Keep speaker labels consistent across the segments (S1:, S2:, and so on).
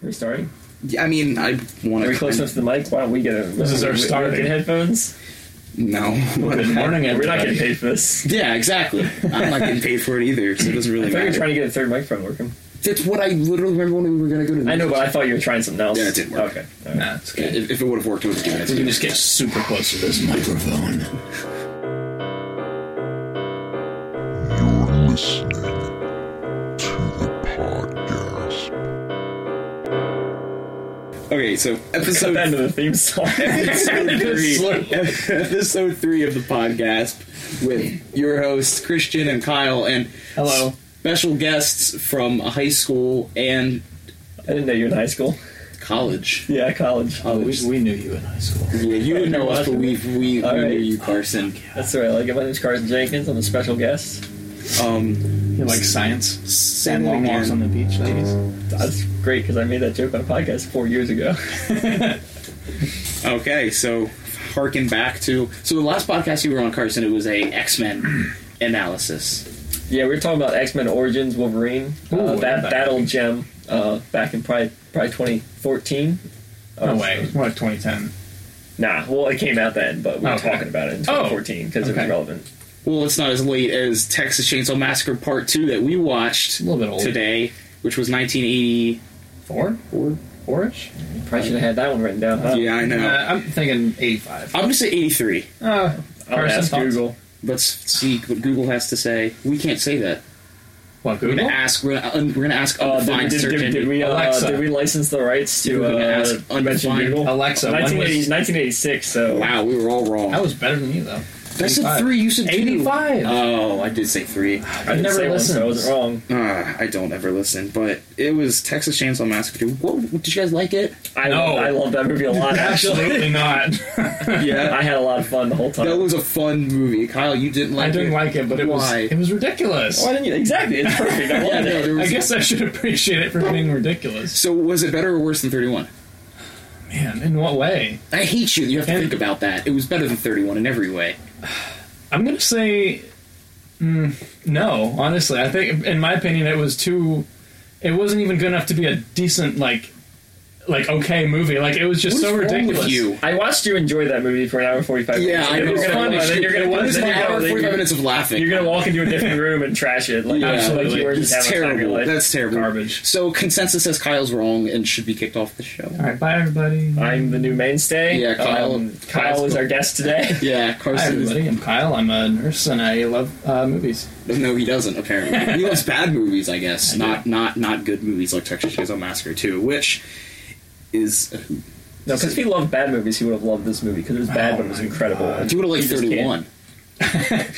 S1: we starting?
S2: I mean, I want
S1: Are we
S2: to.
S1: close enough to the mic? Why don't we get a?
S3: This is our
S1: we- we
S3: starting.
S1: Get headphones.
S2: No.
S3: Good morning,
S1: We're not getting
S3: everybody.
S1: paid for this.
S2: yeah, exactly. I'm not getting paid for it either, so it doesn't really
S1: I thought you were
S2: matter.
S1: trying to get a third microphone working.
S2: That's what I literally remember when we were going to go to. The
S1: I know, but I thought you were trying something else.
S2: Yeah, it didn't work.
S1: Okay. all right.
S3: Nah, it's okay.
S2: If, if it would have worked, it would have
S3: We can
S2: given it.
S3: just get super close to this microphone.
S4: You're listening to the podcast.
S2: Okay, so
S1: Cut
S2: episode
S1: that into the theme song.
S2: episode three,
S3: slurp.
S2: episode three of the podcast with your hosts Christian and Kyle, and
S3: Hello.
S2: special guests from high school and
S1: I didn't know you were in high school.
S2: college.
S1: Yeah, college.
S2: Oh,
S3: We, we knew you in high school.
S2: Yeah, you would know us, but we we, we
S1: All right.
S2: knew you, Carson.
S1: That's all right. Like, my name's Carson Jenkins. I'm a special guest.
S2: Um,
S3: You like science?
S2: Sam
S3: And long walks on the beach, ladies.
S1: That's great because I made that joke on a podcast four years ago.
S2: Okay, so harken back to so the last podcast you were on, Carson. It was a X Men analysis.
S1: Yeah, we were talking about X Men Origins Wolverine. uh,
S3: Ooh,
S1: that
S3: yeah.
S1: that old gem uh, back in probably probably Uh, 2014. Oh,
S3: No way. It was more like 2010.
S1: Nah, well, it came out then, but we were
S3: Okay.
S1: talking about it in
S3: Oh,
S1: 2014 because it was
S3: okay.
S1: relevant.
S2: Well, it's not as late as Texas Chainsaw Massacre Part Two that we watched
S3: A little bit old.
S2: today, which was 1980.
S3: Four? Four? Four-ish?
S1: Probably should have had that one written down. Huh?
S2: Yeah, I know.
S3: Uh, I'm thinking 85.
S2: I'm gonna say 83.
S3: Uh,
S1: I'll
S3: Carson,
S1: ask
S3: thoughts?
S1: Google.
S2: Let's see what Google has to say. We can't say that.
S3: What,
S2: We're
S3: Google?
S2: gonna ask. We're gonna, we're gonna ask
S1: Uh,
S2: undefined
S1: did, did,
S2: search
S1: did, did
S2: engine.
S1: we uh,
S3: Alexa.
S1: did we license the rights to
S2: You're gonna
S1: uh,
S2: ask
S1: mention
S2: undefined
S1: Google?
S3: Alexa, when
S1: 1980
S3: was-
S1: 1986. So
S2: wow, we were all wrong.
S3: That was better than you, though.
S2: I said
S3: 85.
S2: three. You said two.
S3: 85.
S2: Oh, I did say three.
S1: Uh, I didn't
S3: never
S1: say one, so I
S3: listened.
S1: wasn't wrong.
S2: Uh, I don't ever listen, but it was Texas Chainsaw Massacre. Dude, What, did you guys like it?
S1: I
S3: No.
S1: I love that movie a lot. Actually,
S3: Absolutely not.
S2: Yeah,
S1: I had a lot of fun the whole time.
S2: that was a fun movie. Kyle, you didn't like
S3: Uh, I
S2: it.
S3: didn't like it, but it was
S2: Why?
S3: it was ridiculous.
S1: Why didn't you? Exactly, it's perfect. I
S2: Yeah,
S1: wanted
S2: no,
S1: it.
S2: there
S3: I
S2: was-
S3: guess I should appreciate it for being ridiculous.
S2: So was it better or worse than Thirty One?
S3: Man, in what way?
S2: I hate you. You have to
S3: And-
S2: think about that. It was better than Thirty One in every way.
S3: I'm gonna say mm, no. Honestly, I think, in my opinion, it was too. It wasn't even good enough to be a decent like, like okay movie. Like it was just
S2: What
S3: so
S2: is wrong
S3: ridiculous.
S2: with you?
S1: I watched you enjoy that movie for an hour and forty five.
S2: Yeah,
S1: minutes.
S2: I
S1: And
S2: know.
S1: you're gonna,
S2: It was
S1: then you're gonna,
S2: It was
S1: then
S2: an
S1: you're
S2: hour
S1: gonna-
S2: and
S1: then
S2: forty-five
S1: you're-
S2: minutes of laughing.
S1: You're gonna walk into a different room and trash it. Like,
S2: Yeah.
S1: absolutely, you were just
S2: it's
S1: having a time of your
S2: terrible.
S1: life.
S2: That's terrible.
S3: Garbage.
S2: So consensus says Kyle's wrong and should be kicked off the show.
S3: All right, bye everybody.
S1: I'm the new mainstay.
S2: Yeah, Kyle-
S1: Um, Kyle
S3: Kyle's
S1: is
S3: cool.
S1: our guest today.
S2: Yeah,
S3: Hi
S2: Carson. Is,
S3: everybody. I'm Kyle. I'm a nurse and I love uh, movies.
S2: no, he doesn't. Apparently, he loves bad movies. I guess not not not good movies like Texas Chainsaw Massacre Two, which is
S1: No, because if he loved bad movies, he would have loved this movie because it was bad,
S3: Oh
S1: but it was
S3: my
S1: incredible.
S3: God.
S1: And
S2: you would have liked
S1: he just
S2: Thirty
S1: can't.
S2: One.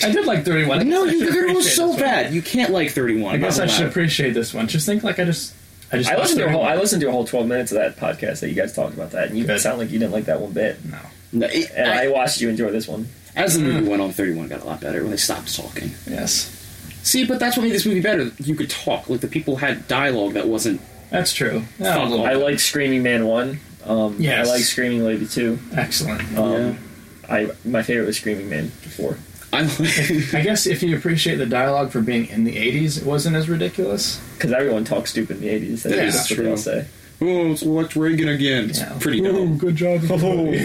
S3: I did like 31. I guess
S2: No,
S3: I
S2: you
S3: should
S2: it was
S3: appreciate
S2: so
S3: this one.
S2: bad. You can't like 31.
S3: I guess I
S2: Not
S3: should
S2: allowed.
S3: appreciate this one. Just think like I just. I just.
S1: I listened to a whole. I
S3: watched
S1: listened to a whole twelve minutes of that podcast that you guys talked about that, and you
S3: Good.
S1: sound like you didn't like that one bit.
S3: 31.
S2: No, it-
S1: And I,
S2: I-
S1: watched you enjoy this one.
S2: as the
S3: Mm.
S2: movie went on, 31 got a lot better when they stopped talking.
S3: No. Yes,
S2: See, but that's what made this movie better. You could talk. Like, the people had dialogue that wasn't.
S3: that's true.
S2: Follow.
S3: Oh,
S1: I like Screaming Man one. Um,
S3: Yes.
S1: I like Screaming Lady two.
S3: excellent.
S1: Um, I my favorite was Screaming Man four.
S2: I like.
S3: I guess if you appreciate the dialogue for being in the 80s, it wasn't as ridiculous.
S1: Because everyone talked stupid in the eighties. That's
S2: Yeah,
S1: just what
S2: true.
S1: they'll say.
S2: oh, it's elect Reagan again. It's
S3: Yeah.
S2: pretty dumb.
S3: good job.
S2: Oh, yeah,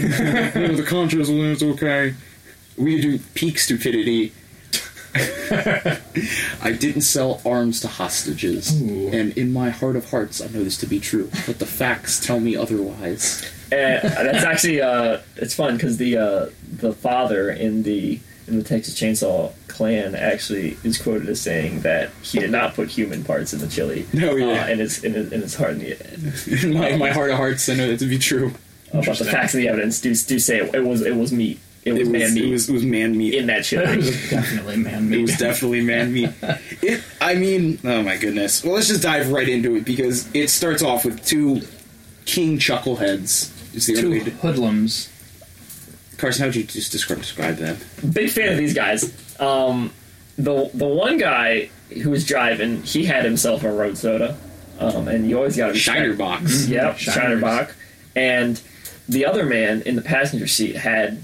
S2: the Contras, well, it's okay. We do peak stupidity. I didn't sell arms to hostages.
S3: Ooh.
S2: And in my heart of hearts, I know this to be true. But the facts tell me otherwise.
S1: And that's actually uh, it's fun because the uh, the father in the in the Texas Chainsaw Clan actually is quoted as saying that he did not put human parts in the chili.
S2: No, Oh, yeah.
S1: uh, and it's and, it, and it's hard in the
S2: in my, my heart of hearts, I know that to be true.
S1: about the
S3: Interesting.
S1: facts of the evidence. Do do say it, it was it was meat. It was man meat
S2: It was, it was man meat.
S1: in that
S3: It
S1: chili.
S3: was definitely man
S2: It
S3: made.
S2: was definitely man meat. It, I mean, oh my goodness. Well, let's just dive right into it because it starts off with two king chuckleheads. Is the only
S3: Two
S2: way to-
S3: hoodlums.
S2: Carson? How would you just describe, describe them?
S1: Big fan of these guys. Um, the the one guy who was driving, he had himself a road soda. Um, and you always got to be
S2: Shiner box.
S1: Yep,
S3: Shiners.
S1: Shinerbach. And the other man in the passenger seat had.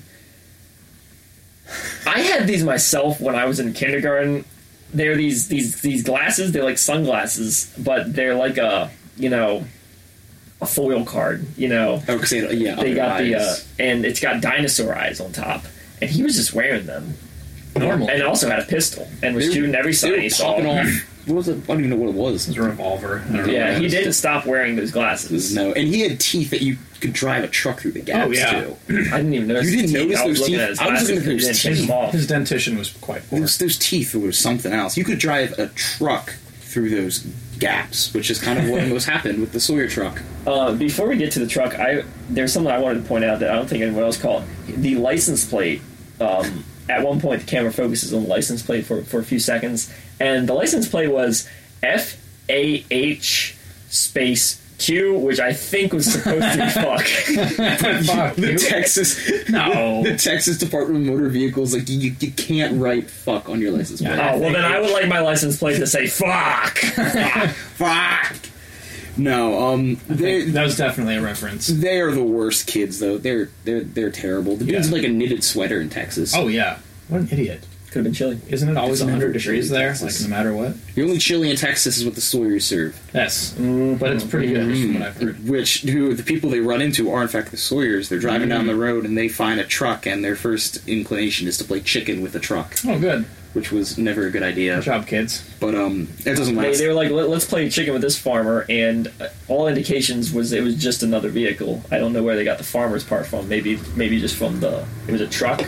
S1: I had these myself when I was in kindergarten. They're these these these glasses. They're like sunglasses, but they're like a you know a foil card, you know.
S2: Oh, 'cause they, yeah,
S1: They
S2: other
S1: got the uh,
S2: eyes.
S1: and it's got dinosaur eyes on top, and he was just wearing them,
S3: Normal.
S1: and also had a pistol and was
S2: They-
S1: shooting every
S2: they
S1: sign
S2: were
S1: he saw.
S2: popping off. What was it? I don't even know what it was.
S3: It's a revolver. I don't know.
S1: Yeah, he
S2: Yeah.
S1: didn't stop wearing those glasses.
S2: No, and he had teeth that you could drive a truck through the gaps
S3: Oh, yeah.
S2: too.
S1: I didn't even notice.
S2: You didn't
S1: the teeth.
S2: notice
S1: I was
S2: those
S1: looking
S2: teeth?
S1: at his
S2: I was
S1: glasses.
S2: looking at
S1: and he
S2: those
S1: didn't take
S2: teeth.
S1: them off.
S3: His dentition was quite poor.
S2: Those, those teeth were something else. You could drive a truck through those gaps, which is kind of what almost happened with the Sawyer truck.
S1: Uh, before we get to the truck, I there's something I wanted to point out that I don't think anyone else caught. The license plate. Um, at one point, the camera focuses on the license plate for, for a few seconds, and the license plate was F A H space Q, which I think was supposed to be fuck.
S3: Fuck
S2: The
S3: you.
S2: Texas,
S3: No.
S2: the Texas Department of Motor Vehicles, like you, you can't write "fuck" on your license plate.
S3: Yeah.
S1: Oh well, then I would like my license plate to say fuck.
S2: Fuck. No, um, they
S3: that was definitely a reference.
S2: they are the worst kids though. They're they're they're terrible. The dude's
S3: Yeah.
S2: in, like a knitted sweater in Texas.
S3: Oh yeah. What an idiot.
S1: Could have been chilly.
S3: Isn't it always
S2: It's never
S3: 100 degrees
S2: chilly in
S3: there?
S2: Texas.
S3: Like, no matter what?
S2: the only chili in Texas is what the Sawyers serve.
S3: Yes. But it's pretty good from what I've heard.
S2: Which who the people they run into are in fact the Sawyers. They're driving down
S3: Mm-hmm.
S2: the road and they find a truck, and their first inclination is to play chicken with the truck,
S3: Oh, good.
S2: which was never a good idea.
S3: Good job, kids.
S2: But um, it doesn't
S1: They,
S2: last.
S1: they were like, Let, "Let's play chicken with this farmer," and uh, all indications was it was just another vehicle. I don't know where they got the farmer's part from. Maybe, maybe just from the it was a truck,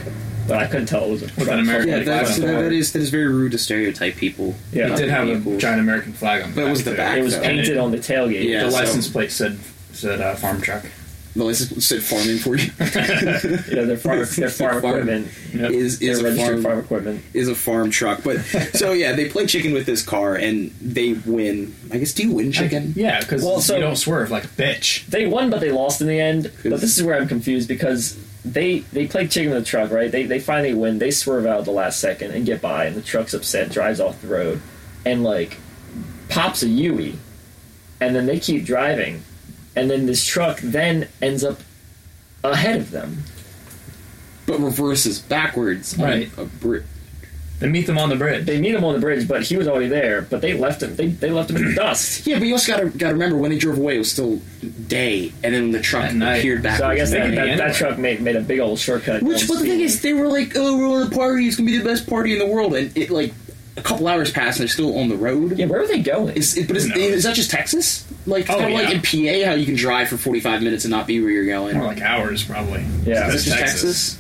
S1: but I couldn't tell it was a truck.
S3: an American
S2: yeah,
S3: like
S2: that's,
S3: last
S2: that, that
S3: word.
S2: is that is very rude to stereotype people.
S1: Yeah.
S3: It
S1: Not
S3: did have a
S2: vehicles.
S3: giant American flag on the
S2: That
S3: back
S2: was the
S3: too.
S2: back,
S1: It was
S2: though.
S1: painted on the tailgate.
S2: Yeah.
S3: The
S2: so-
S3: license plate said said uh, farm truck.
S2: The license said farming for you
S1: Yeah, their farm, their farm
S2: Farm.
S1: equipment,
S3: Yep.
S2: is
S1: their
S2: is a
S1: registered
S2: farm,
S1: farm equipment.
S2: is a farm truck. But so yeah, they play chicken with this car and they win. I guess do you win chicken?
S3: Yeah, because
S1: Well, so-
S3: you don't swerve like a bitch.
S1: They won, but they lost in the end. But this is where I'm confused because they they played chicken with the truck, right? They they finally win. They swerve out at the last second and get by, and the truck's upset, drives off the road, and like pops a Yui, and then they keep driving, and then this truck then ends up ahead of them.
S2: But reverses backwards. on
S3: Right.
S2: A bri-
S3: They meet them on the bridge.
S1: They meet him on the bridge, but he was already there. But they left him. They, they left him in the dust.
S2: yeah, but you also gotta gotta remember when they drove away, it was still day, and then the truck
S3: At night.
S2: appeared backwards.
S1: So I guess
S3: They
S1: that,
S3: could be
S1: that,
S3: anywhere.
S1: that truck made, made a big old shortcut.
S2: Which,
S1: on
S2: but the thing
S1: speed.
S2: is, they were like, "Oh, we're on a party. It's gonna be the best party in the world." And it like a couple hours passed, and they're still on the road.
S1: yeah, where are they going?
S2: Is it, but is,
S3: No.
S2: is that just Texas? Like,
S3: Oh,
S2: kind of
S3: yeah.
S2: like in PA, how you can drive for 45 minutes and not be where you're going.
S3: More like hours, probably.
S1: Yeah.
S2: is
S3: Because
S2: this just Texas?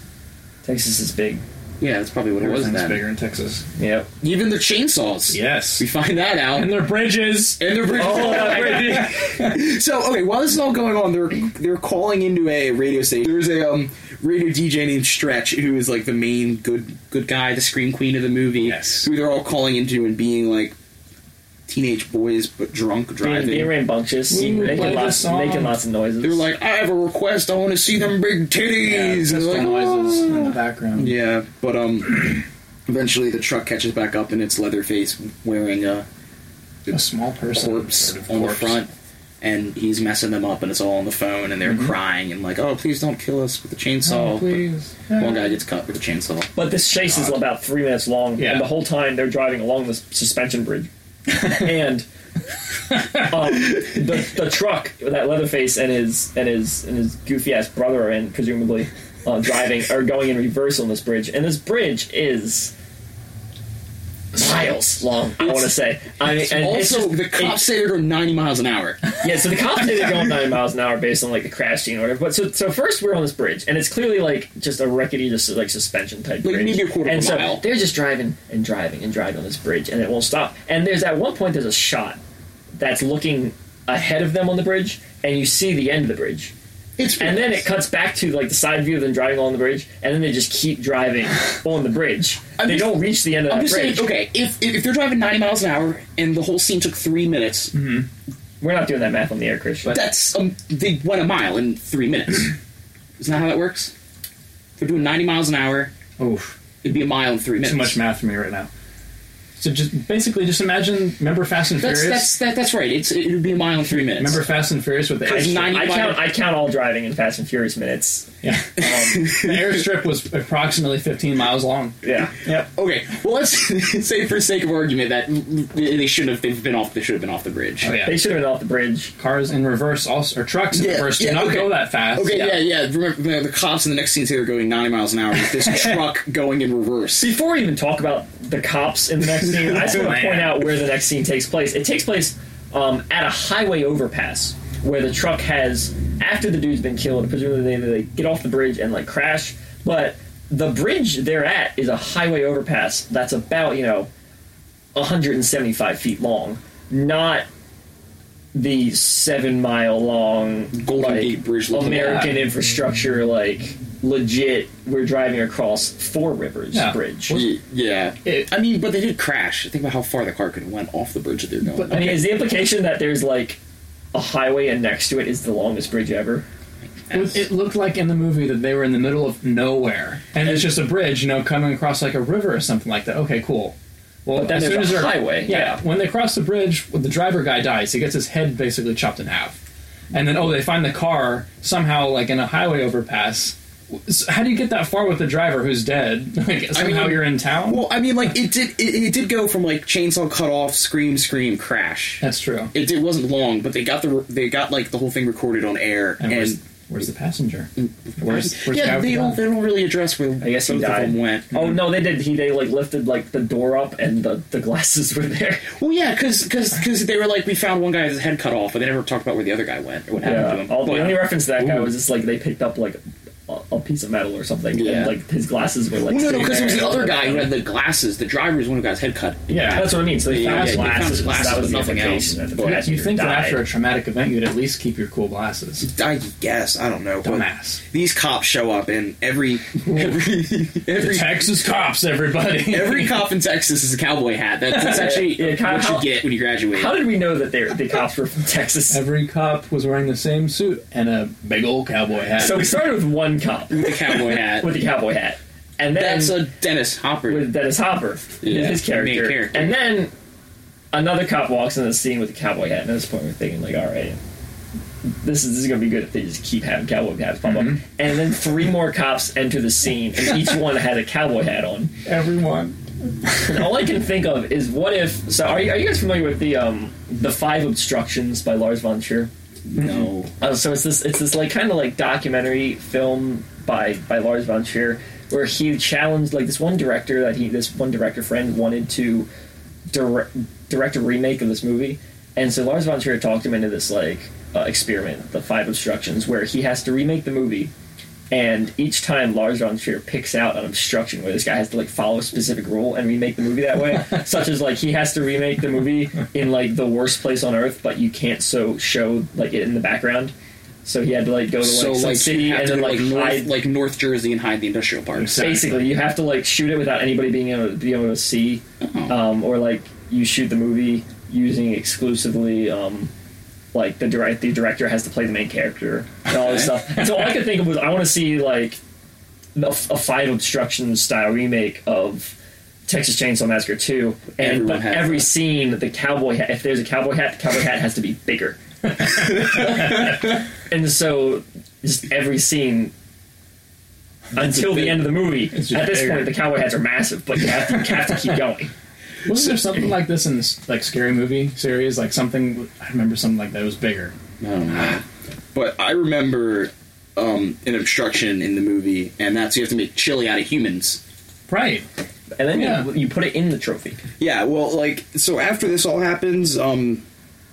S1: Texas is big.
S2: Yeah, that's probably what it was
S3: Everything's
S2: then.
S3: bigger in Texas.
S1: Yep.
S2: Even their chainsaws.
S3: Yes.
S2: We find that out.
S3: And
S2: And
S3: their bridges.
S2: they're,
S1: Oh, that bridge.
S2: so okay, while this is all going on, they're they're calling into a radio station. There's a um, radio DJ named Stretch who is like the main good good guy, the scream queen of the movie.
S3: Yes.
S2: Who they're all calling into and being like teenage boys but drunk
S1: being,
S2: driving.
S1: being rambunctious,
S3: We would play
S1: making
S3: the
S1: lots,
S3: song.
S1: making lots of noises.
S2: they're like, I have a request. I want to see them big
S3: Yeah,
S2: titties. And
S3: pistol
S2: they're like, "Oh."
S3: noises in the background.
S2: Yeah, but um, eventually the truck catches back up and it's Leatherface wearing a
S3: A small person.
S2: corpse
S3: sort of
S2: on the
S3: corpse.
S2: front, and he's messing them up, and it's all on the phone, and they're
S1: Mm-hmm.
S2: crying and like, "Oh, please don't kill us with the chainsaw."
S3: Oh, please.
S2: But One guy gets cut with a chainsaw.
S1: but this chase is about three minutes long,
S3: Yeah.
S1: and the whole time they're driving along this suspension bridge, and um, the, the truck that Leatherface and his and his and his goofy ass brother are in, presumably uh, driving are going in reverse on this bridge, and this bridge is. Miles long, I want to say. I mean, and it's
S2: also,
S1: just-
S2: the
S1: it-
S2: cops say they're going 90 miles an hour.
S1: Yeah, so the cops say they're going 90 miles an hour based on like the crash scene or whatever. But so, so first we're on this bridge, and it's clearly like just a rickety, just like suspension type
S2: Like,
S1: bridge.
S2: maybe a quarter of
S1: and
S2: a
S1: so
S2: mile.
S1: they're just driving and driving and driving on this bridge, and it won't stop. And there's at one point there's a shot that's looking ahead of them on the bridge, and you see the end of the bridge.
S2: It's
S1: And then it cuts back to like the side view of them driving along the bridge, and then they just keep driving on the bridge.
S2: I'm
S1: they
S2: just-
S1: don't reach the end of
S2: I'm
S1: that
S2: just
S1: bridge.
S2: saying, okay, if if they're driving 90 miles an hour and the whole scene took three minutes,
S1: Mm-hmm. We're not doing that math on the air, Christian.
S2: that's um, they went a mile in three minutes. Isn't that how that works? They're doing 90 miles an hour.
S3: Oof.
S2: It'd be a mile in three minutes.
S3: Too much math for me right now. So just basically, just imagine. Remember Fast and
S2: That's
S3: Furious.
S2: that's that, that's right. It's it would be a mile in three minutes.
S3: remember Fast and Furious with the
S2: It's
S3: airstrip?
S2: not-
S1: I count. I count all driving in Fast and Furious minutes.
S3: yeah.
S1: Um,
S3: the airstrip was approximately 15 miles long.
S1: yeah.
S3: Yep.
S2: Okay, well let's say for sake of argument that they shouldn't have they've been off they should have been off the bridge.
S3: Oh, yeah.
S1: They should have been off the bridge.
S3: Cars in reverse also, or trucks in
S2: Yeah,
S3: reverse do
S2: yeah,
S3: not
S2: okay.
S3: go that fast.
S2: Okay, yeah, yeah. Remember the, the cops in the next scene say they're going 90 miles an hour with this truck going in reverse.
S1: Before we even talk about the cops in the next scene, I just want to
S3: Man.
S1: point out where the next scene takes place. It takes place um, at a highway overpass where the truck has, after the dude's been killed, presumably they, they get off the bridge and like crash. But the bridge they're at is a highway overpass that's about you know 175 feet long, not the seven mile long
S2: Golden
S1: like,
S2: Gate Bridge looking
S1: American
S3: at.
S1: infrastructure like legit. We're driving across four rivers
S3: Yeah.
S1: bridge.
S2: Y- Yeah,
S3: It-
S2: I mean, but they did crash. Think about how far the car could have went off the bridge that they're going.
S1: I mean, is the implication that there's like a highway and next to it is the longest bridge ever?
S3: It, it looked like in the movie that they were in the middle of nowhere, and it's just a bridge, you know, coming across like a river or something like that. Okay, cool. Well,
S1: then
S3: as
S1: there's
S3: soon
S1: a
S3: as they're-
S1: highway, yeah.
S3: when they cross the bridge, well, the driver guy dies. He gets his head basically chopped in half, and then oh, they find the car somehow like in a highway overpass. So how do you get that far with the driver who's dead? Like somehow
S2: mean-
S3: you're in town.
S2: well, I mean, like it did. It, it did go from like chainsaw cut off, scream, scream, crash.
S3: That's true.
S2: It, it wasn't long, but they got the they got like the whole thing recorded on air.
S3: And,
S2: And, Mm,
S3: where's, where's the passenger? Where's, where's the guy
S2: yeah,
S3: with
S2: they
S3: the
S2: don't,
S3: gun?
S2: they don't really address where
S1: I guess he
S2: both of
S1: died.
S2: them went.
S1: Oh no, they did. He they like lifted like the door up and the the glasses were there.
S2: Well, Oh, yeah, because they were like, we found one guy with his head cut off, but they never talked about where the other guy went or what happened to
S1: Yeah.
S2: him.
S1: All the
S2: But-
S1: only reference to that guy was just like they picked up like a, a piece of metal or something,
S2: Yeah.
S1: and like his glasses were like.
S2: well, no, no,
S1: sitting
S2: because it was
S1: there.
S2: the other guy who had the glasses. The driver is one who got his head cut.
S3: Yeah,
S1: That's what I mean. So they
S2: Yeah,
S1: found
S2: yeah,
S1: his
S2: they found
S1: glasses.
S2: his glasses,
S1: that was
S2: but
S1: the
S2: nothing
S1: implication.
S2: else.
S1: That the
S2: Well,
S1: passenger
S3: you think that
S1: died.
S3: after a traumatic event, you'd at least keep your cool glasses.
S2: I guess I don't know. but
S3: Dumbass.
S2: These cops show up, and every every every
S3: Texas cops, everybody.
S2: every cop in Texas is a cowboy hat. That's, that's actually
S1: Yeah, kind
S2: what
S1: of how-
S2: you get when you graduate.
S1: How did we know that they the cops were from Texas?
S3: Every cop was wearing the same suit and a big old cowboy hat.
S1: So we started with one cop
S2: with a cowboy hat.
S1: with the cowboy hat, and then
S2: that's a Dennis Hopper.
S1: with Dennis Hopper,
S2: Yeah,
S1: his character.
S2: main character.
S1: And then another cop walks in the scene with a cowboy hat, and at this point we're thinking, like, all right, this is, this is going to be good if they just keep having cowboy hats pop
S2: Mm-hmm.
S1: up. And then three more cops enter the scene, and each one had a cowboy hat on.
S3: everyone.
S1: And all I can think of is what if. So, are you, are you guys familiar with the um, the Five Obstructions by Lars von Trier?
S2: no,
S1: Uh, so it's this it's this like kind of like documentary film by by Lars von Trier where he challenged like this one director that he this one director friend wanted to direct direct a remake of this movie, and so Lars von Trier talked him into this like uh, experiment, the Five Obstructions, where he has to remake the movie. And each time Lars von Trier picks out an obstruction where this guy has to like follow a specific rule and remake the movie that way, such as like he has to remake the movie in like the worst place on earth, but you can't so show like it in the background. So he had to like go to like
S2: so
S1: some
S2: like
S1: city
S2: you have
S1: and
S2: to
S1: then
S2: go,
S1: like,
S2: like north,
S1: hide.
S2: like North Jersey and hide the industrial parks.
S1: Basically, you have to like shoot it without anybody being able to, being able to see,
S2: Uh-huh.
S1: um, or like you shoot the movie using exclusively um, like the direct the director has to play the main character and all this stuff. And so all I could think of was I want to see like a, a five obstruction style remake of Texas Chainsaw Massacre two, and
S2: Everyone
S1: but
S2: had
S1: every
S2: that.
S1: scene the cowboy hat if there's a cowboy hat the cowboy hat has to be bigger. and so just every scene until the end of the movie.
S3: It's just
S1: At this
S3: bigger.
S1: point, the cowboy hats are massive, but you have to, you have to keep going.
S3: Wasn't there something like this in this like scary movie series? Like something I remember something like that was bigger.
S2: I don't know. But I remember um, an obstruction in the movie, and that's you have to make chili out of humans.
S3: Right.
S1: And then
S3: Yeah.
S1: you, you put it in the trophy.
S2: Yeah, well, like so after this all happens, um,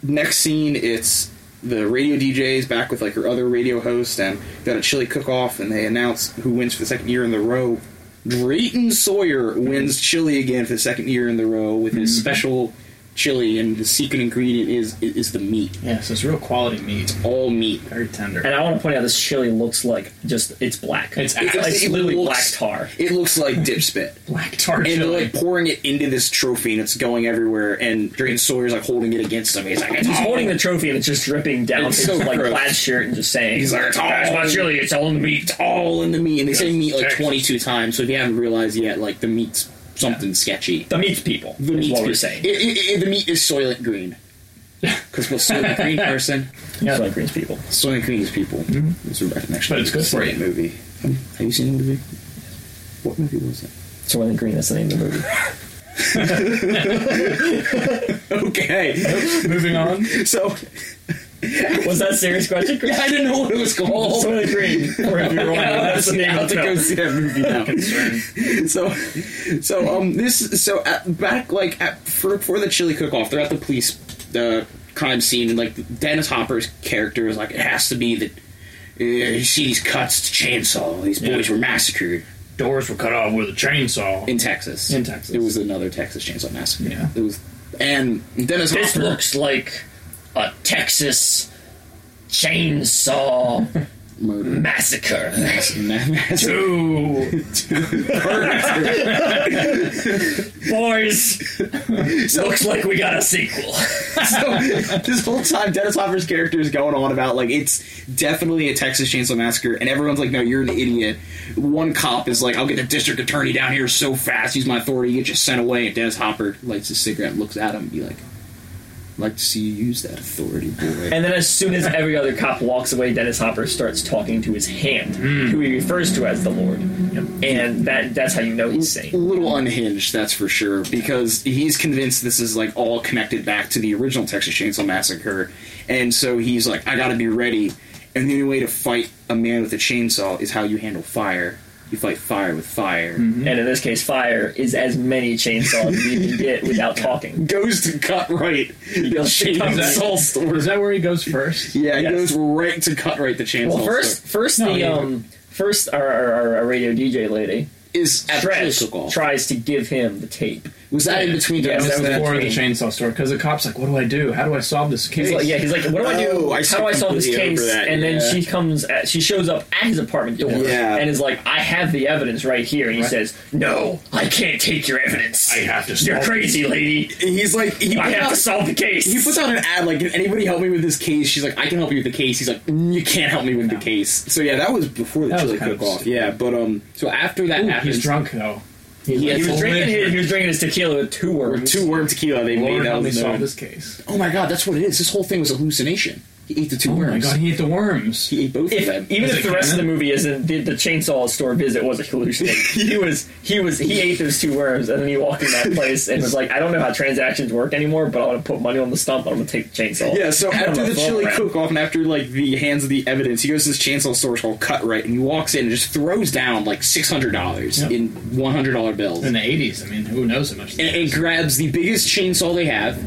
S2: next scene it's the radio DJ is back with like her other radio host, and got a chili cook-off, and they announce who wins for the second year in the row. Drayton Sawyer wins chili again for the second year in the row with his special chili, and the secret ingredient is is the meat,
S3: Yeah. So it's real quality meat,
S2: all meat.
S3: very tender.
S1: And I want to point out this chili looks like just it's black.
S3: It's
S1: it's,
S3: ass.
S1: it's literally
S2: looks-
S1: black tar.
S2: It looks like dip spit.
S3: Black tar
S2: and they're
S3: chili.
S2: like pouring it into this trophy, and it's going everywhere. And Drayton Sawyer's like holding it against him. He's like, it's
S1: He's
S2: all-
S1: holding the trophy and it's just dripping down
S2: It's
S1: his
S2: so
S1: like
S2: gross.
S1: plaid shirt and just saying,
S2: He's like, "Oh." "It's all
S1: "That's my
S2: in-
S1: chili. It's all in the meat."
S2: all in the meat, and they say meat like
S3: Texas.
S2: twenty two times. So if you haven't realized yet, like the meat's something sketchy.
S1: The meat's people.
S2: The
S1: is
S2: meat,
S1: what we're saying.
S2: the meat is Soylent Green. Because we're Soylent Green person.
S1: It's like Green's people.
S2: Soylent Green is people.
S1: Mm-hmm.
S2: It's a recollection.
S3: But it's good
S2: Seen
S3: for you.
S2: that Movie. Have you seen the movie? What movie was it?
S1: So I think Green is the name of the movie.
S2: Okay,
S3: Moving on.
S2: so
S1: Was that a serious question, Chris?
S2: I didn't know what it was called.
S1: So I agree. Or if you're wrong, that's the name
S2: I'll
S1: of
S2: have to
S1: the
S2: go
S1: film.
S2: see that movie now. so, so um, this so at, back like at, for for the chili cook off, they're at the police uh, crime scene, and like Dennis Hopper's character is like, it has to be that uh, you see these cuts to chainsaw. These boys
S3: Yeah.
S2: were massacred
S3: Doors were cut off with a chainsaw.
S2: in Texas.
S3: In Texas.
S2: it was another Texas chainsaw massacre.
S3: Yeah.
S2: it was, and Dennis
S1: This
S2: Hopper
S1: looks like a Texas chainsaw
S2: murder.
S1: massacre.
S2: Mass- mass-
S3: Ooh.
S1: Boys, looks like we got a sequel.
S2: so this whole time, Dennis Hopper's character is going on about like it's definitely a Texas Chainsaw Massacre, and everyone's like, "No, you're an idiot." One cop is like, "I'll get the district attorney down here so fast. He's my authority. You get you sent away." And Dennis Hopper lights his cigarette, and looks at him, and be like, "I'd "Like to see you use that authority, boy."
S1: And then, as soon as every other cop walks away, Dennis Hopper starts talking to his hand, who he refers to as the Lord, and that that's how you know he's
S2: A
S1: sane.
S2: little unhinged, that's for sure, because he's convinced this is like all connected back to the original Texas Chainsaw Massacre, and so he's like, "I got to be ready." And the only way to fight a man with a chainsaw is how you handle fire. You fight fire with fire.
S1: And in this case, fire is as many chainsaws as you can get without talking.
S2: Goes to cut right the chainsaw store.
S3: Is that where he goes first?
S2: Yeah, he
S1: Yes.
S2: goes right to cut right the chainsaw.
S1: Well, first,
S2: store.
S1: first
S3: No,
S1: the
S3: yeah.
S1: um, first our, our, our- our radio DJ lady
S2: is at the
S1: Stretch
S2: political golf.
S1: tries to give him the tape.
S2: Was that in
S3: Yeah.
S1: Yes,
S2: between?
S3: That was
S1: that was
S3: before the
S1: me.
S3: chainsaw store because the cop's like, "What do I do? How do I solve this case?"
S1: He's like, yeah, he's like, what do I do?
S2: Oh, I
S1: How do I solve this
S2: completely
S1: case?
S2: over that,
S1: and then
S2: yeah.
S1: she comes, at, she shows up at his apartment door,
S2: Yeah.
S1: and is like, I have the evidence right here. And he
S3: Right.
S1: says, No, I can't take your evidence.
S3: I have to
S1: You're
S3: solve
S1: crazy, lady.
S2: And he's like, he
S1: I
S2: put
S1: have
S2: out-
S1: to solve the case.
S2: he puts out an ad like, "Can anybody help me with this case?" She's like, "I can help you with the case." He's like, "Mm, "You can't help me with the case." So yeah, that was before the
S3: That was
S2: chili
S3: kind of
S2: cook-off.
S3: stupid.
S2: Yeah, but um, so after that
S3: Ooh,
S2: happens,
S3: he's drunk though.
S2: He
S1: he
S2: has
S1: was
S3: Only-
S1: drinking. His, he was drinking his tequila with two worms.
S2: two worm tequila. They made
S3: Lord,
S2: that
S3: help me
S2: was known.
S3: solve this case.
S2: Oh my god, that's what it is. This whole thing was a hallucination. He ate the two
S3: Oh my
S2: worms.
S3: god, he ate the worms.
S2: he ate both of them.
S1: If, even
S3: Is
S1: if
S3: it
S1: the rest of the
S3: canon?
S1: movie isn't the, the chainsaw store visit was a hallucination. he was he was he ate those two worms and then he walked in that place and was like, I don't know how transactions work anymore, but I want to put money on the stump. I'm gonna take the chainsaw.
S2: Yeah, so
S1: I'm
S2: after
S1: gonna
S2: the
S1: fuck
S2: chili
S1: around.
S2: cook off and after like the hands of the evidence, he goes to this chainsaw store called Cut Right and he walks in and just throws down like six hundred dollars
S3: Yep.
S2: in one hundred dollar bills.
S3: In
S2: And,
S3: the eighties, I mean, who knows how much? that
S2: and
S3: is.
S2: grabs the biggest chainsaw they have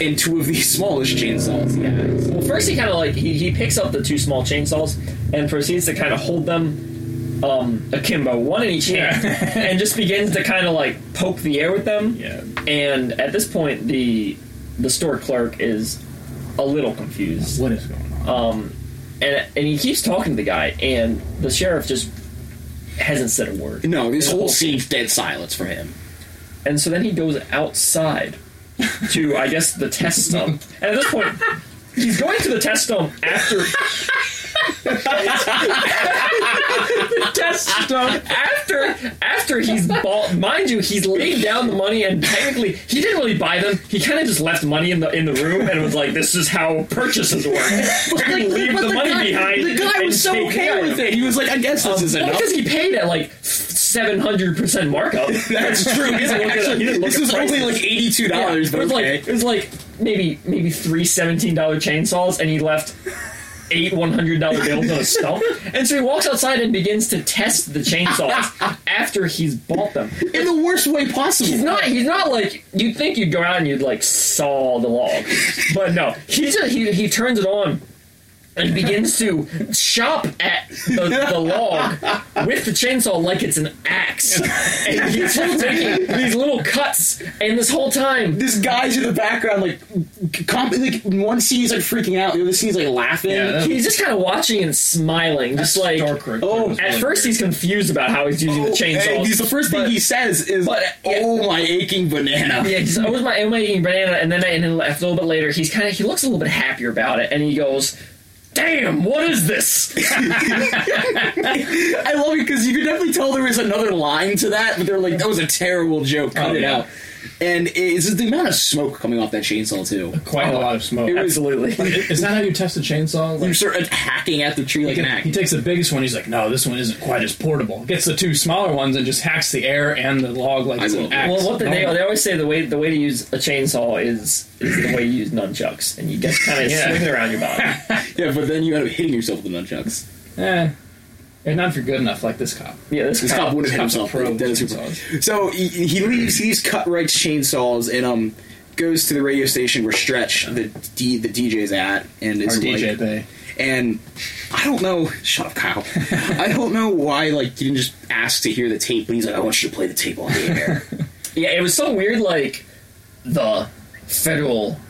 S2: and two of the smallest chainsaws he has.
S1: Well, first he kind of like he, he picks up the two small chainsaws and proceeds to kind of hold them um, akimbo, one in each hand, and just begins to kind of like poke the air with them.
S3: Yeah.
S1: And at this point, the the store clerk is a little confused,
S3: What is going on?
S1: and and he keeps talking to the guy, and the sheriff just hasn't said a word.
S2: No, this
S1: The
S2: whole scene's dead silence for him.
S1: And so then he goes outside to, I guess, the test dump. And at this point, he's going to the test dump after. the test dump after after he's bought. Mind you, he's laid down the money, and technically, he didn't really buy them. He kind of just left money in the in the room and was like, "This is how purchases work." Fucking leave
S2: But
S1: the, money
S2: guy,
S1: behind.
S2: The guy
S1: and
S2: was so
S1: take the
S2: okay
S1: item.
S2: with it. He was like, I guess this is
S1: Well,
S2: enough.
S1: because he paid at like seven hundred percent markup.
S2: That's true. He's like,
S1: He didn't look at-
S2: actually,
S1: he didn't look
S2: this
S1: at
S2: is only
S1: prices.
S2: like eighty-two
S1: Yeah,
S2: dollars,
S1: Oh, it
S2: but
S1: was
S2: okay.
S1: like it was like maybe maybe three seventeen dollar chainsaws, and he left eight one hundred dollar bills on a stump. And so he walks outside and begins to test the chainsaws after he's bought them.
S2: in the worst way possible.
S1: He's not he's not like you'd think you'd go out and you'd like saw the log, but no, he just he he turns it on. And begins to chop at the, the log with the chainsaw like it's an axe. And he's taking these little cuts, and this whole time
S2: this guy's in the background, like, comp- like one scene's like freaking out, the other scene's like laughing.
S3: Yeah, that-
S1: He's just kind of watching and smiling, just like
S3: Dark Road
S2: oh,
S3: was
S1: at
S3: really
S1: first
S3: weird.
S1: he's confused about how he's using
S2: Oh,
S1: the chainsaw.
S2: and he's the first thing
S1: but-
S2: he says is,
S1: but-
S2: "Oh my aching banana."
S1: Yeah, he's like, "Oh, was my am I eating banana?" And then, and then a little bit later, he's kind of he looks a little bit happier about it, and he goes, damn, what is this?
S2: I love it because you could definitely tell there was another line to that, but they're like, that was a terrible joke. Cut
S3: Oh,
S2: it
S3: yeah.
S2: out. And it's just the amount of smoke coming off that chainsaw too.
S3: Quite a lot of smoke.
S2: It was-
S1: Absolutely.
S3: Is that how you test a chainsaw?
S2: You
S3: Like,
S2: start hacking at the tree like
S3: he,
S2: an act.
S3: he takes the biggest one. He's like, "No, this one isn't quite as portable." Gets the two smaller ones and just hacks the air and the log like
S2: I
S3: it's
S2: will-
S3: an axe.
S1: Well, what they, they
S3: Oh.
S1: always say the way the way to use a chainsaw is is the way you use nunchucks, and you just kind of
S3: Yeah.
S1: swing it around your body.
S2: yeah, but then you end up hitting yourself with the nunchucks.
S3: Eh, and not if you're good enough like this cop.
S1: Yeah, this
S2: This
S1: cop-
S2: cop wouldn't hit
S3: cop's a
S2: himself.
S3: pro with
S2: That is super-
S3: chainsaws.
S2: So he, he leaves. He leaves cut Wright's chainsaws and um goes to the radio station where Stretch the D, the DJ's at, and
S3: Our
S2: it's like,
S3: DJ Bay.
S2: and I don't know. Shut up, Kyle. I don't know why like you didn't just ask to hear the tape, but he's like, I want you to play the tape on the air.
S1: Yeah, it was so weird. Like the federal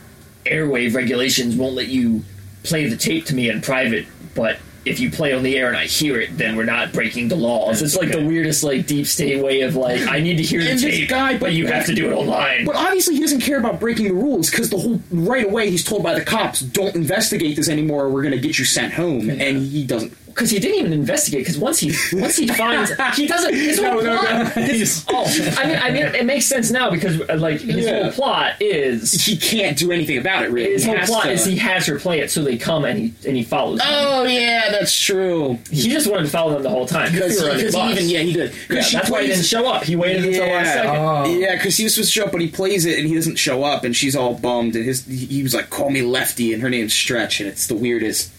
S1: airwave regulations won't let you play the tape to me in private, but if you play on the air and I hear it, then we're not breaking the laws. It's like the weirdest, like deep state way of like I need to hear the
S2: And this
S1: tape,
S2: guy-
S1: but you have to do it online.
S2: But obviously, he doesn't care about breaking the rules because the whole right away he's told by the cops, "Don't investigate this anymore. Or we're going to get you sent home." And he doesn't.
S1: Because he didn't even investigate. Because once he once he finds he doesn't his whole
S2: no,
S1: plot.
S3: He's-
S1: Oh, I mean, I mean, it makes sense now because uh, like his
S2: Yeah.
S1: whole plot is
S2: He can't do anything about it. Really,
S1: his
S2: He
S1: whole
S2: has
S1: plot
S2: to-
S1: is he has her play it so they come and he and he follows. them.
S2: Oh yeah, that's true.
S1: He just wanted to follow them the whole time.
S2: Because
S1: They were on the
S2: he
S1: bus.
S2: even yeah he did.
S1: Yeah, that's why he didn't show up. He waited until the last second.
S3: Oh.
S2: Yeah, Uh-huh. because he was supposed to show up, but he plays it and he doesn't show up, and she's all bummed. And his he he was like, "Call me Lefty," and her name's Stretch, and it's the weirdest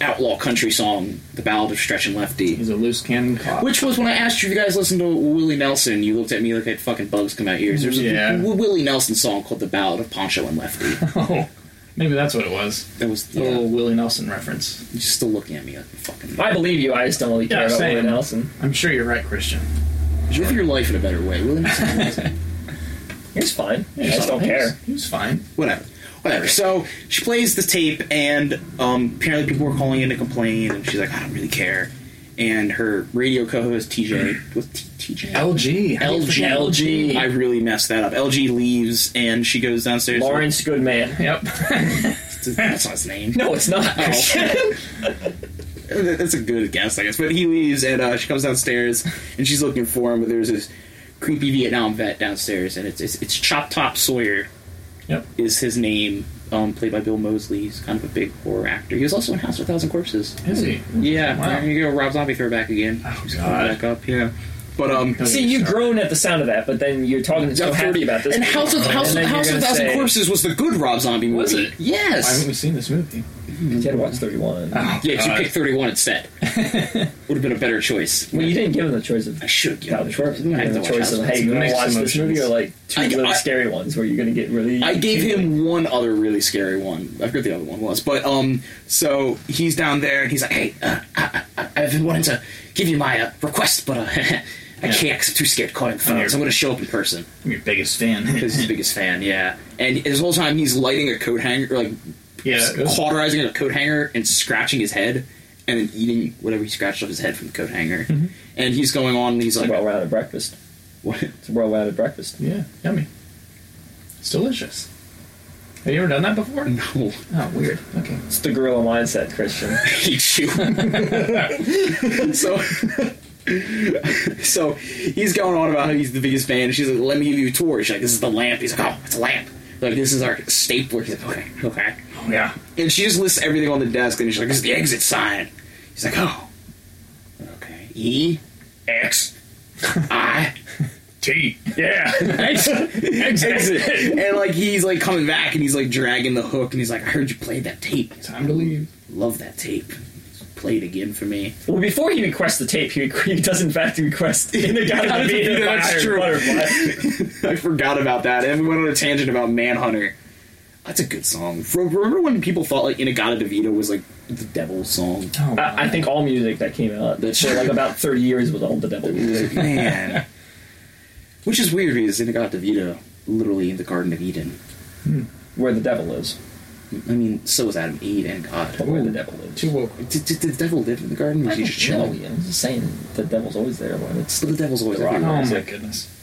S2: outlaw country song, "The Ballad of Stretch and Lefty,"
S3: He's a loose cannon cop.
S2: which was when I asked you if you guys listened to Willie Nelson, you looked at me like I had fucking bugs come out your ears. There's
S3: Yeah.
S2: a W- Willie Nelson song called "The Ballad of Poncho and Lefty."
S3: Oh, maybe that's what it was.
S2: That was
S3: The
S1: Oh.
S3: little Willie Nelson reference.
S2: You're still looking at me like fucking.
S1: I believe you. I just don't really care
S3: Yeah,
S1: about
S3: same.
S1: Willie Nelson.
S3: I'm sure you're right, Christian.
S2: Live your life in a better way. Willie Nelson. was amazing.
S1: He's fine. I just don't
S3: He was-
S1: care.
S3: He was fine.
S2: whatever. Whatever. So she plays the tape, and um, apparently people were calling in to complain, and she's like, I don't really care. And her radio co-host TJ, was T- TJ
S3: LG. How do you forget
S1: LG.
S2: I really messed that up. LG leaves, and she goes downstairs.
S1: Lawrence Goodman.
S3: Yep.
S2: that's not his name.
S1: No, it's not.
S3: Oh,
S2: That- That's a good guess, I guess. But he leaves, and uh, she comes downstairs, and she's looking for him. But there's this creepy Vietnam vet downstairs, and it's it's, it's Chop Top Sawyer
S3: yep.
S2: is his name, um, played by Bill Mosley. He's kind of a big horror actor. He was also in House of a Thousand Corpses.
S3: Is he?
S2: Yeah,
S3: Wow.
S2: there you go. Rob Zombie throwback again.
S3: Oh,
S2: He's
S3: God.
S2: Back up, yeah. But um,
S1: See, you groan at the sound of that, but then you're talking so happy about this.
S2: And House of
S1: movie,
S2: House,
S1: and
S2: of
S1: then
S2: House
S1: you're
S2: of
S1: gonna
S2: Thousand
S1: say,
S2: Corpses was the good Rob Zombie movie.
S3: Was it? Why
S2: Yes.
S3: haven't we seen this movie? Oh,
S1: You had to watch 31.
S3: Ah,
S2: yeah, 'cause you
S3: God.
S2: picked thirty one instead. Would have been a better choice.
S1: well, you didn't give him the choice of
S2: I should give
S1: Couch Corpse. You
S2: I,
S1: had
S2: have to
S1: the
S2: watch
S1: choice
S2: House
S1: of,
S2: of
S1: hey, you want to
S3: Mixed
S1: watch this
S3: emotions.
S1: movie or like two
S2: I-
S1: really
S2: I-
S1: scary ones where you're going to get really.
S2: I gave him one other really scary one. I forget the other one was, but um, so he's down there and he's like, "Hey, uh, I, I, I've been wanting to give you my uh, request, but uh, I can't. Cause I'm too scared to call you on the phone. So I'm going to show up in person."
S3: I'm your biggest fan.
S2: Because he's the biggest fan, yeah. And his whole time he's lighting a coat hanger, like
S3: yeah. it was-
S2: cauterizing a coat hanger and scratching his head, and then eating whatever he scratched off his head from the coat hanger. And he's going on, and he's
S1: It's a
S2: like,
S1: Mm-hmm. well rounded breakfast.
S2: what?
S1: It's a well rounded breakfast.
S3: Yeah. Yummy. It's delicious. Have you ever done that before?
S2: "No,
S3: Oh, weird. Okay.
S1: It's the gorilla mindset, Christian.
S2: I hate you." so, so he's going on about how he's the biggest fan. And she's like, "Let me give you a tour." She's like, "This is the lamp." He's like, "Oh, it's a lamp." Like, "This is our stapler." He's like, "Okay, okay."
S3: Oh, yeah.
S2: And she just lists everything on the desk, and she's like, "This is the exit sign." He's like, "Oh, okay." E X I
S3: Tea. Yeah.
S2: exit, and like he's like coming back, and he's like dragging the hook, and he's like, "I heard you played that tape. He's like,
S3: Time to leave.
S2: Love that tape. Play it again for me."
S1: Well, before he requests the tape, he, he does in fact request in the guy
S2: Gotta
S1: to be
S2: be-
S1: hit by
S2: that's
S1: Iron
S2: true.
S1: Butterfly.
S2: I forgot about that, and we went on a tangent about Manhunter. That's a good song. Remember when people thought like Inagata DeVito was like the devil's song?
S3: Oh,
S1: I, I think all music that came out
S2: That's
S1: for like
S2: true.
S1: about 30 years was all the devil music.
S2: Man. Which is weird because Inagata DeVito literally in the Garden of Eden.
S1: Where the devil is.
S2: I mean, so was Adam Eve and God.
S1: Where the devil is.
S3: Too woke.
S2: Did, did the devil live in the garden? Was he just
S1: No,
S2: chilling?
S1: yeah, I'm just saying the devil's always there. When it's
S2: But the devil's always
S1: The rock.
S2: everywhere.
S3: Oh, my
S1: Music.
S3: goodness.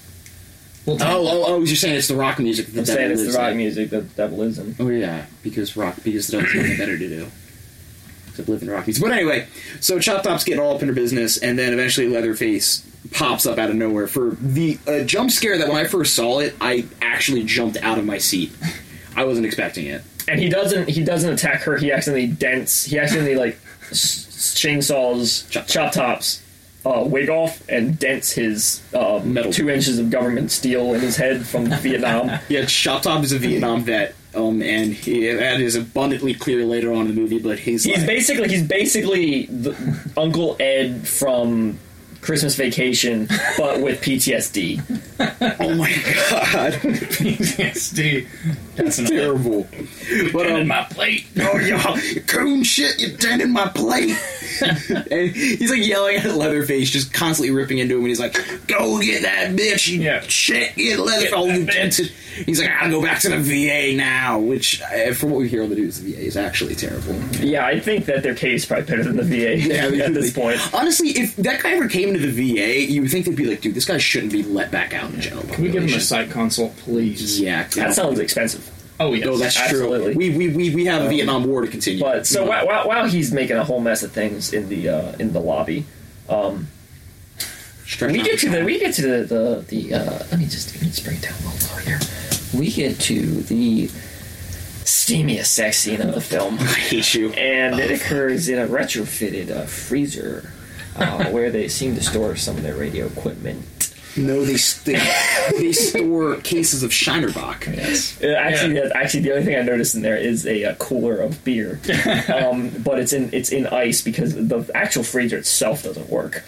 S3: Well,
S2: Oh, oh, oh, you're saying it's the rock music that the
S1: I'm
S2: devil
S1: saying it's the
S2: lives
S1: rock
S2: in.
S1: music that the devil is in.
S2: Oh, yeah, because rock, because the devil's nothing better to do. to live in Rockies. But anyway, so Chop Top's getting all up in her business, and then eventually Leatherface pops up out of nowhere for the uh, jump scare that when I first saw it, I actually jumped out of my seat. I wasn't expecting it.
S1: and he doesn't he doesn't attack her. He accidentally dents. He accidentally like s- chainsaws
S2: Chop.
S1: chop, tops uh, wig off and dents his uh,
S2: Metal.
S1: two inches of government steel in his head from Vietnam.
S2: Yeah, Chop Top is a Vietnam vet, um, and he, that is abundantly clear later on in the movie. But he's,
S1: He's
S2: like,
S1: basically he's basically the Uncle Ed from Christmas Vacation, but with PTSD.
S2: oh my god,
S3: PTSD. That's an
S2: terrible. But
S3: in
S2: um,
S3: my plate.
S2: oh y'all, coon shit, you're dead in my plate. and he's like yelling at Leatherface, just constantly ripping into him. And he's like, "Go get that bitch, you
S3: Yeah.
S2: shit, get Leatherface."
S3: Get
S2: Oh,
S3: that
S2: you
S3: bitch.
S2: dented. He's like, "I'll go back to the VA now," which, uh, from what we hear on the news, the VA is actually terrible.
S1: Yeah, I think that their case is probably better than the VA at this point.
S2: Honestly, if that guy ever came into the VA, you would think they'd be like, dude, this guy shouldn't be let back out in general.
S3: Can we give him a site consult, please?
S2: Yeah,
S1: That sounds expensive.
S3: Oh, yes.
S2: no, that's
S1: absolutely.
S2: true. We, we, we, we have a Vietnam War to continue.
S1: But so while, while, while he's making a whole mess of things in the uh, in the lobby,
S2: Stretch
S1: we
S2: out
S1: get to the
S2: time.
S1: we get to the the, the uh, let me just let me just bring it down a little lower here. We get to the steamiest sex scene of the film,
S2: I hate you.
S1: and it occurs in a retrofitted uh, freezer uh, where they seem to store some of their radio equipment.
S2: No, they st- they store cases of Shinerbach.
S3: Yes.
S1: Uh, Actually,
S3: Yeah.
S1: that- actually, the only thing I noticed in there is a, uh cooler of beer, um, but it's in it's in ice because the actual freezer itself doesn't work.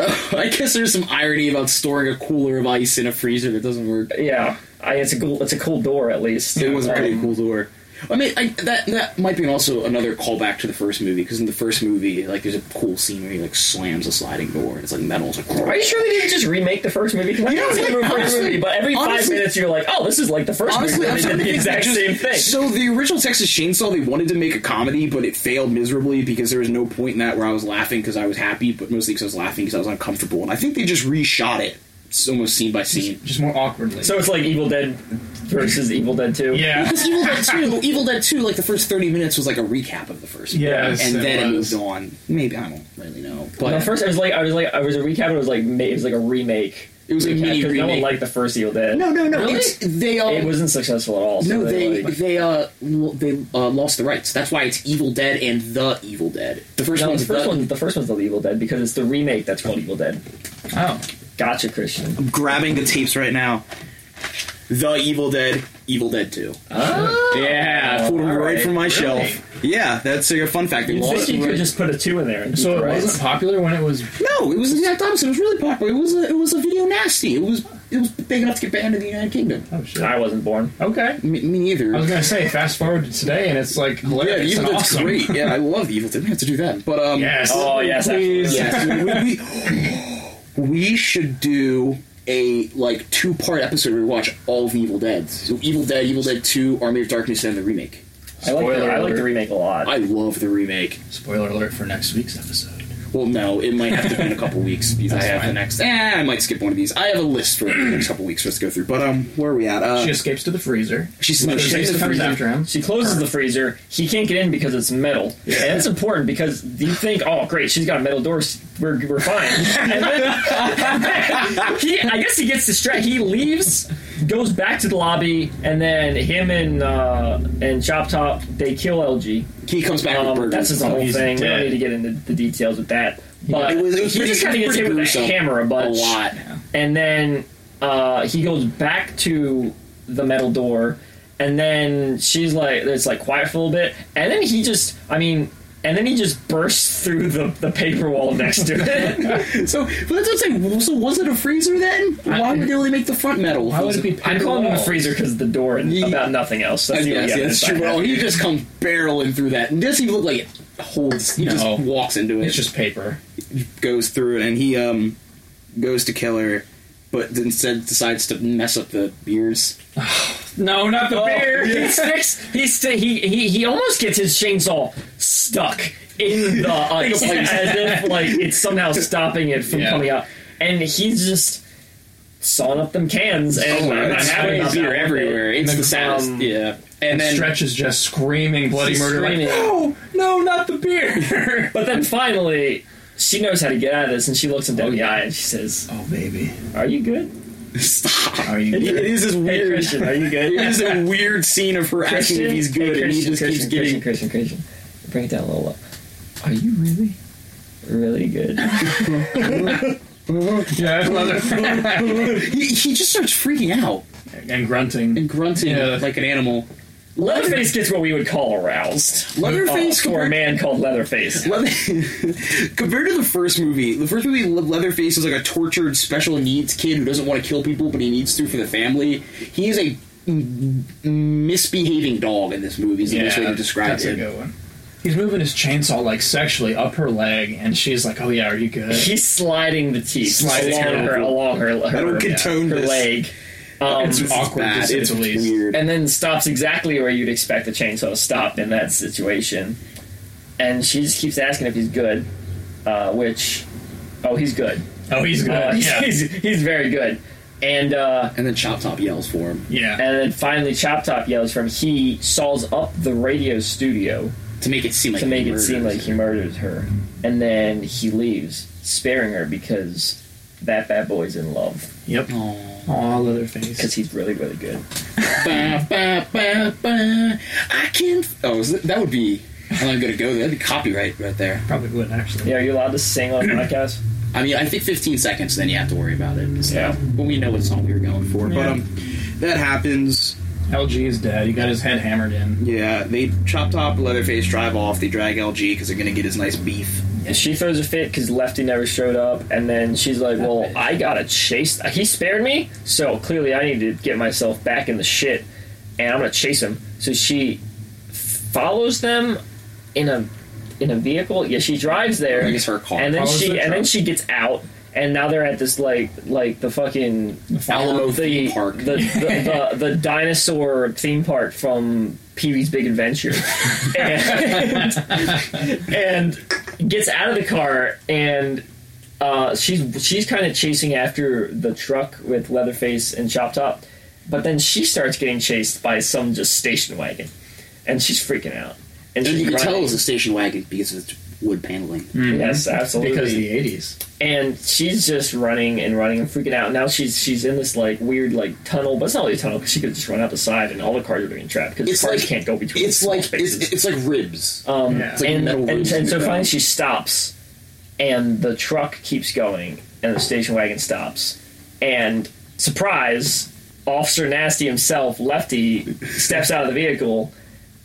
S2: I guess there's some irony about storing a cooler of ice in a freezer that doesn't work.
S1: Yeah, I, it's a cool it's a cool door at least.
S2: It was a pretty
S1: Um,
S2: cool door. I mean, I, that that might be also another callback to the first movie because in the first movie, like, there's a cool scene where he like slams a sliding door and it's like metal. It's like,
S1: Are you sure they didn't just remake the first movie? Because I
S2: You know,
S1: know it's the
S2: like,
S1: first
S2: honestly-
S1: movie, but every five
S2: honestly-
S1: minutes you're like, oh, this is like the first
S2: Honestly,
S1: movie.
S2: I'm
S1: and
S2: starting
S1: They
S2: to
S1: did the
S2: think they
S1: exact
S2: just-
S1: same thing.
S2: So the original Texas Chainsaw, they wanted to make a comedy, but it failed miserably because there was no point in that where I was laughing because I was happy, but mostly because I was laughing because I was uncomfortable. And I think they just reshot it, it's almost scene by scene.
S3: Just more awkwardly.
S1: So it's like Evil Dead versus Evil Dead 2.
S3: yeah.
S2: Because Evil Dead Two, Evil Dead Two, like the first thirty minutes was like a recap of the first, one.
S3: Yes,
S2: and
S3: it
S2: then
S3: was.
S2: it moved on. Maybe I don't really know, but
S1: But at first, I was like, I was like, I was a recap. It was like, ma- it was like a remake.
S2: It was a
S1: recap,
S2: mini
S1: 'cause No one
S2: remake.
S1: liked the first Evil Dead.
S2: no, no, no,
S1: Really?
S2: it's, they all.
S1: It wasn't successful at all. so
S2: no, they
S1: like-
S2: they uh l- they uh, lost the rights. That's why it's Evil Dead and the Evil Dead. The first
S1: no, the
S2: one's
S1: first one. The first one's the Evil Dead because it's the remake that's called Evil Dead.
S3: Oh.
S1: Gotcha, Christian.
S2: grabbing the tapes right now. The Evil Dead, Evil Dead 2.
S3: Oh.
S2: yeah, I pulled them
S1: all
S2: right,
S1: right,
S2: from my
S3: really?
S2: shelf. Yeah, that's a fun fact. They
S1: You
S2: lost
S1: think you
S2: them
S1: could
S2: right-
S1: just put a two in there? and
S3: So
S1: keep
S3: it
S1: the rights.
S3: wasn't popular when it was.
S2: No, it was the exact opposite. It was really popular. It was a, it was a video nasty. It was it was big enough to get banned in the United Kingdom.
S3: Oh, shit.
S1: I wasn't born.
S3: Okay.
S2: Me, me neither.
S3: I was going to say, fast forward to today, and it's like
S2: yeah,
S3: hilarious.
S2: Evil
S3: and
S2: Dead's
S3: awesome.
S2: great. Yeah, I love Evil Dead. We have to do that. But um,
S3: Yes.
S1: Oh, yes,
S3: Please.
S2: yes, we, we, we should do a like two part episode where we watch all of the Evil Deads. So Evil Dead, Evil Dead Two, Army of Darkness, and the remake.
S1: I like the,
S3: Spoiler
S1: I like the
S3: alert.
S1: remake a lot.
S2: I love the remake.
S3: Spoiler alert for next week's episode.
S2: Well, no, it might have to be in a couple weeks because I
S3: That's
S2: have the
S3: fine.
S2: next. Eh, I might skip one of these. I have a list for the next couple weeks for us to go through. But um, where are we at? Uh,
S3: She escapes to the freezer.
S2: she's no,
S3: She
S2: she's
S3: takes
S2: in
S3: the
S2: the
S3: comes
S2: freezer.
S3: after him.
S1: She closes the freezer. He can't get in because it's metal. And that's important because you think, oh, great, she's got metal doors. We're, we're fine. And then he, I guess he gets distracted. He leaves, goes back to the lobby, and then him and uh, and Chop Top, they kill LG.
S2: He comes back with
S1: Um,
S2: burgers.
S1: that's his whole
S3: he's
S1: thing. We don't
S3: dead.
S1: need to get into the details with that. But
S2: It was- it was
S1: he
S2: pretty-
S1: just kind of gets
S2: pretty
S1: hit with a
S2: gruesome.
S1: hammer a
S2: a
S1: bunch
S2: lot.
S1: and then uh, he goes back to the metal door, and then she's like, it's like quiet for a little bit, and then he just, I mean, and then he just bursts through the, the paper wall next to it.
S2: So, but that's what I'm saying. Well, So, was it a freezer then? Why would they only make the front metal?
S3: Why would it be
S1: I'm
S3: paper
S1: calling him the
S3: walls?
S1: freezer because the door and
S2: Yeah.
S1: about nothing else. That's
S2: I
S1: the
S2: guess,
S1: only
S2: yeah,
S1: evidence
S2: that's true.
S1: I
S2: Well,
S1: have.
S2: he just comes barreling through that. And doesn't even look like it holds. He just
S3: No.
S2: walks into it.
S3: It's just paper.
S2: goes through it, and he um goes to kill her, but instead decides to mess up the beers.
S3: No, not the
S1: Oh,
S3: beer.
S1: He sticks. He, st- he he he almost gets his chainsaw stuck in the ice as if like it's somehow stopping it from
S3: Yeah.
S1: coming out, and he's just sawing up them cans and
S2: Oh,
S1: I'm not
S2: it's
S1: happy about
S2: crazy.
S1: that
S2: They're
S1: one bit.
S2: everywhere. It's
S1: Um,
S2: the saddest. yeah, and then
S3: Stretch is just screaming bloody
S1: She's
S3: murder. like,
S1: screaming.
S3: no, no, not the beer.
S1: But then finally, she knows how to get out of this, and she looks him dead in the eye and she says,
S3: oh baby,
S1: "Are you good?
S2: stop.
S3: are you?
S2: It
S3: good?
S2: is this
S1: Hey
S2: weird.
S1: Christian, are you good?
S2: It is a weird scene of her asking
S1: Christian,
S2: if he's good,
S1: Hey,
S2: and he
S1: Christian,
S2: just keeps
S1: Christian,
S2: getting.
S1: Christian, Christian, Christian. Bring it down a little. Low. Are you really, really good?
S3: Yeah, mother-
S2: He, he just starts freaking out
S3: and grunting.
S2: and grunting
S3: Yeah.
S2: like an animal.
S1: Leatherface gets what we would call aroused.
S2: Leatherface
S1: uh, for a
S2: compared-
S1: man called Leatherface.
S2: Leather- compared to the first movie, the first movie, Le- Leatherface is like a tortured special needs kid who doesn't want to kill people, but he needs to for the family. He is a m- misbehaving dog in this movie. Is the best way to describe
S3: that's
S2: it.
S3: a good one. He's moving his chainsaw like sexually up her leg, and she's like, "Oh yeah, are you good?"
S1: He's sliding the teeth
S3: Sliding
S1: along,
S3: it.
S1: her, along her, her,
S2: I don't
S1: her
S2: condone this.
S1: leg. Um,
S3: It's awkward.
S2: Bad.
S3: to say
S2: It's
S3: the least.
S2: weird.
S1: and then stops exactly where you'd expect a chainsaw to stop in that situation. And she just keeps asking if he's good, uh, which, oh, he's good.
S3: Oh, he's good.
S1: Uh, he's,
S3: yeah,
S1: he's, he's very good. And uh,
S2: And then Chop Top yells for him
S3: yeah.
S1: and then finally, Chop Top yells from he saws up the radio studio
S2: to make it seem like
S1: to make
S2: he
S1: it seem like
S2: murders
S1: he
S2: her.
S1: murdered her, and then he leaves, sparing her because that bad boy's in love
S3: Yep.
S2: Aw.
S3: Aw, Leatherface.
S1: because he's really really good.
S2: Ba, ba, ba, ba. I can. Oh, is that, that would be. I'm not gonna go there. That'd be copyright right there.
S3: Probably would actually.
S1: Yeah, are you allowed to sing on a podcast?
S2: I mean, I think 15 seconds, then you have to worry about it. It's
S1: Yeah.
S2: like, Well, we know what song we were going for. But
S3: Yeah.
S2: um, that happens.
S3: LG is dead. He got his head hammered in.
S2: Yeah, they chop top Leatherface drive off. They drag LG because they're gonna get his nice beef.
S1: She throws a fit because Lefty never showed up, and then she's like, "Well, I gotta chase. He spared me, so clearly I need to get myself back in the shit, and I'm gonna chase him." So she follows them in a in a vehicle. Yeah, she drives there.
S2: I guess her car.
S1: and then
S3: follows
S1: she
S3: the
S1: and then
S3: truck.
S1: she gets out, and now they're at this like like the fucking
S2: Alamo
S1: the
S2: theme park.
S1: the, the, the, the dinosaur theme park from Pee Wee's Big Adventure, and, and gets out of the car and uh, she's she's kind of chasing after the truck with Leatherface and Chop Top, but then she starts getting chased by some just station wagon, and she's freaking out. And,
S2: And
S1: she's
S2: you can tell it
S1: running.
S2: was a station wagon because of its wood paneling.
S1: yes, absolutely
S3: Because of the 80s.
S1: and she's just running and running and freaking out. Now she's she's in this like weird like tunnel, but it's not really a tunnel because she could just run out the side and all the cars are being trapped because
S2: It's
S1: the cars
S2: like-
S1: can't go between.
S2: It's
S1: small
S2: like
S1: spaces.
S2: it's, it's like ribs.
S1: um,
S3: Yeah. It's
S2: like
S1: and,
S2: metal
S1: and,
S2: rings
S1: and
S2: in
S1: so
S2: the
S1: finally
S2: ground.
S1: she stops, and the truck keeps going, and the station wagon stops, and surprise, Officer Nasty himself, Lefty, steps out of the vehicle.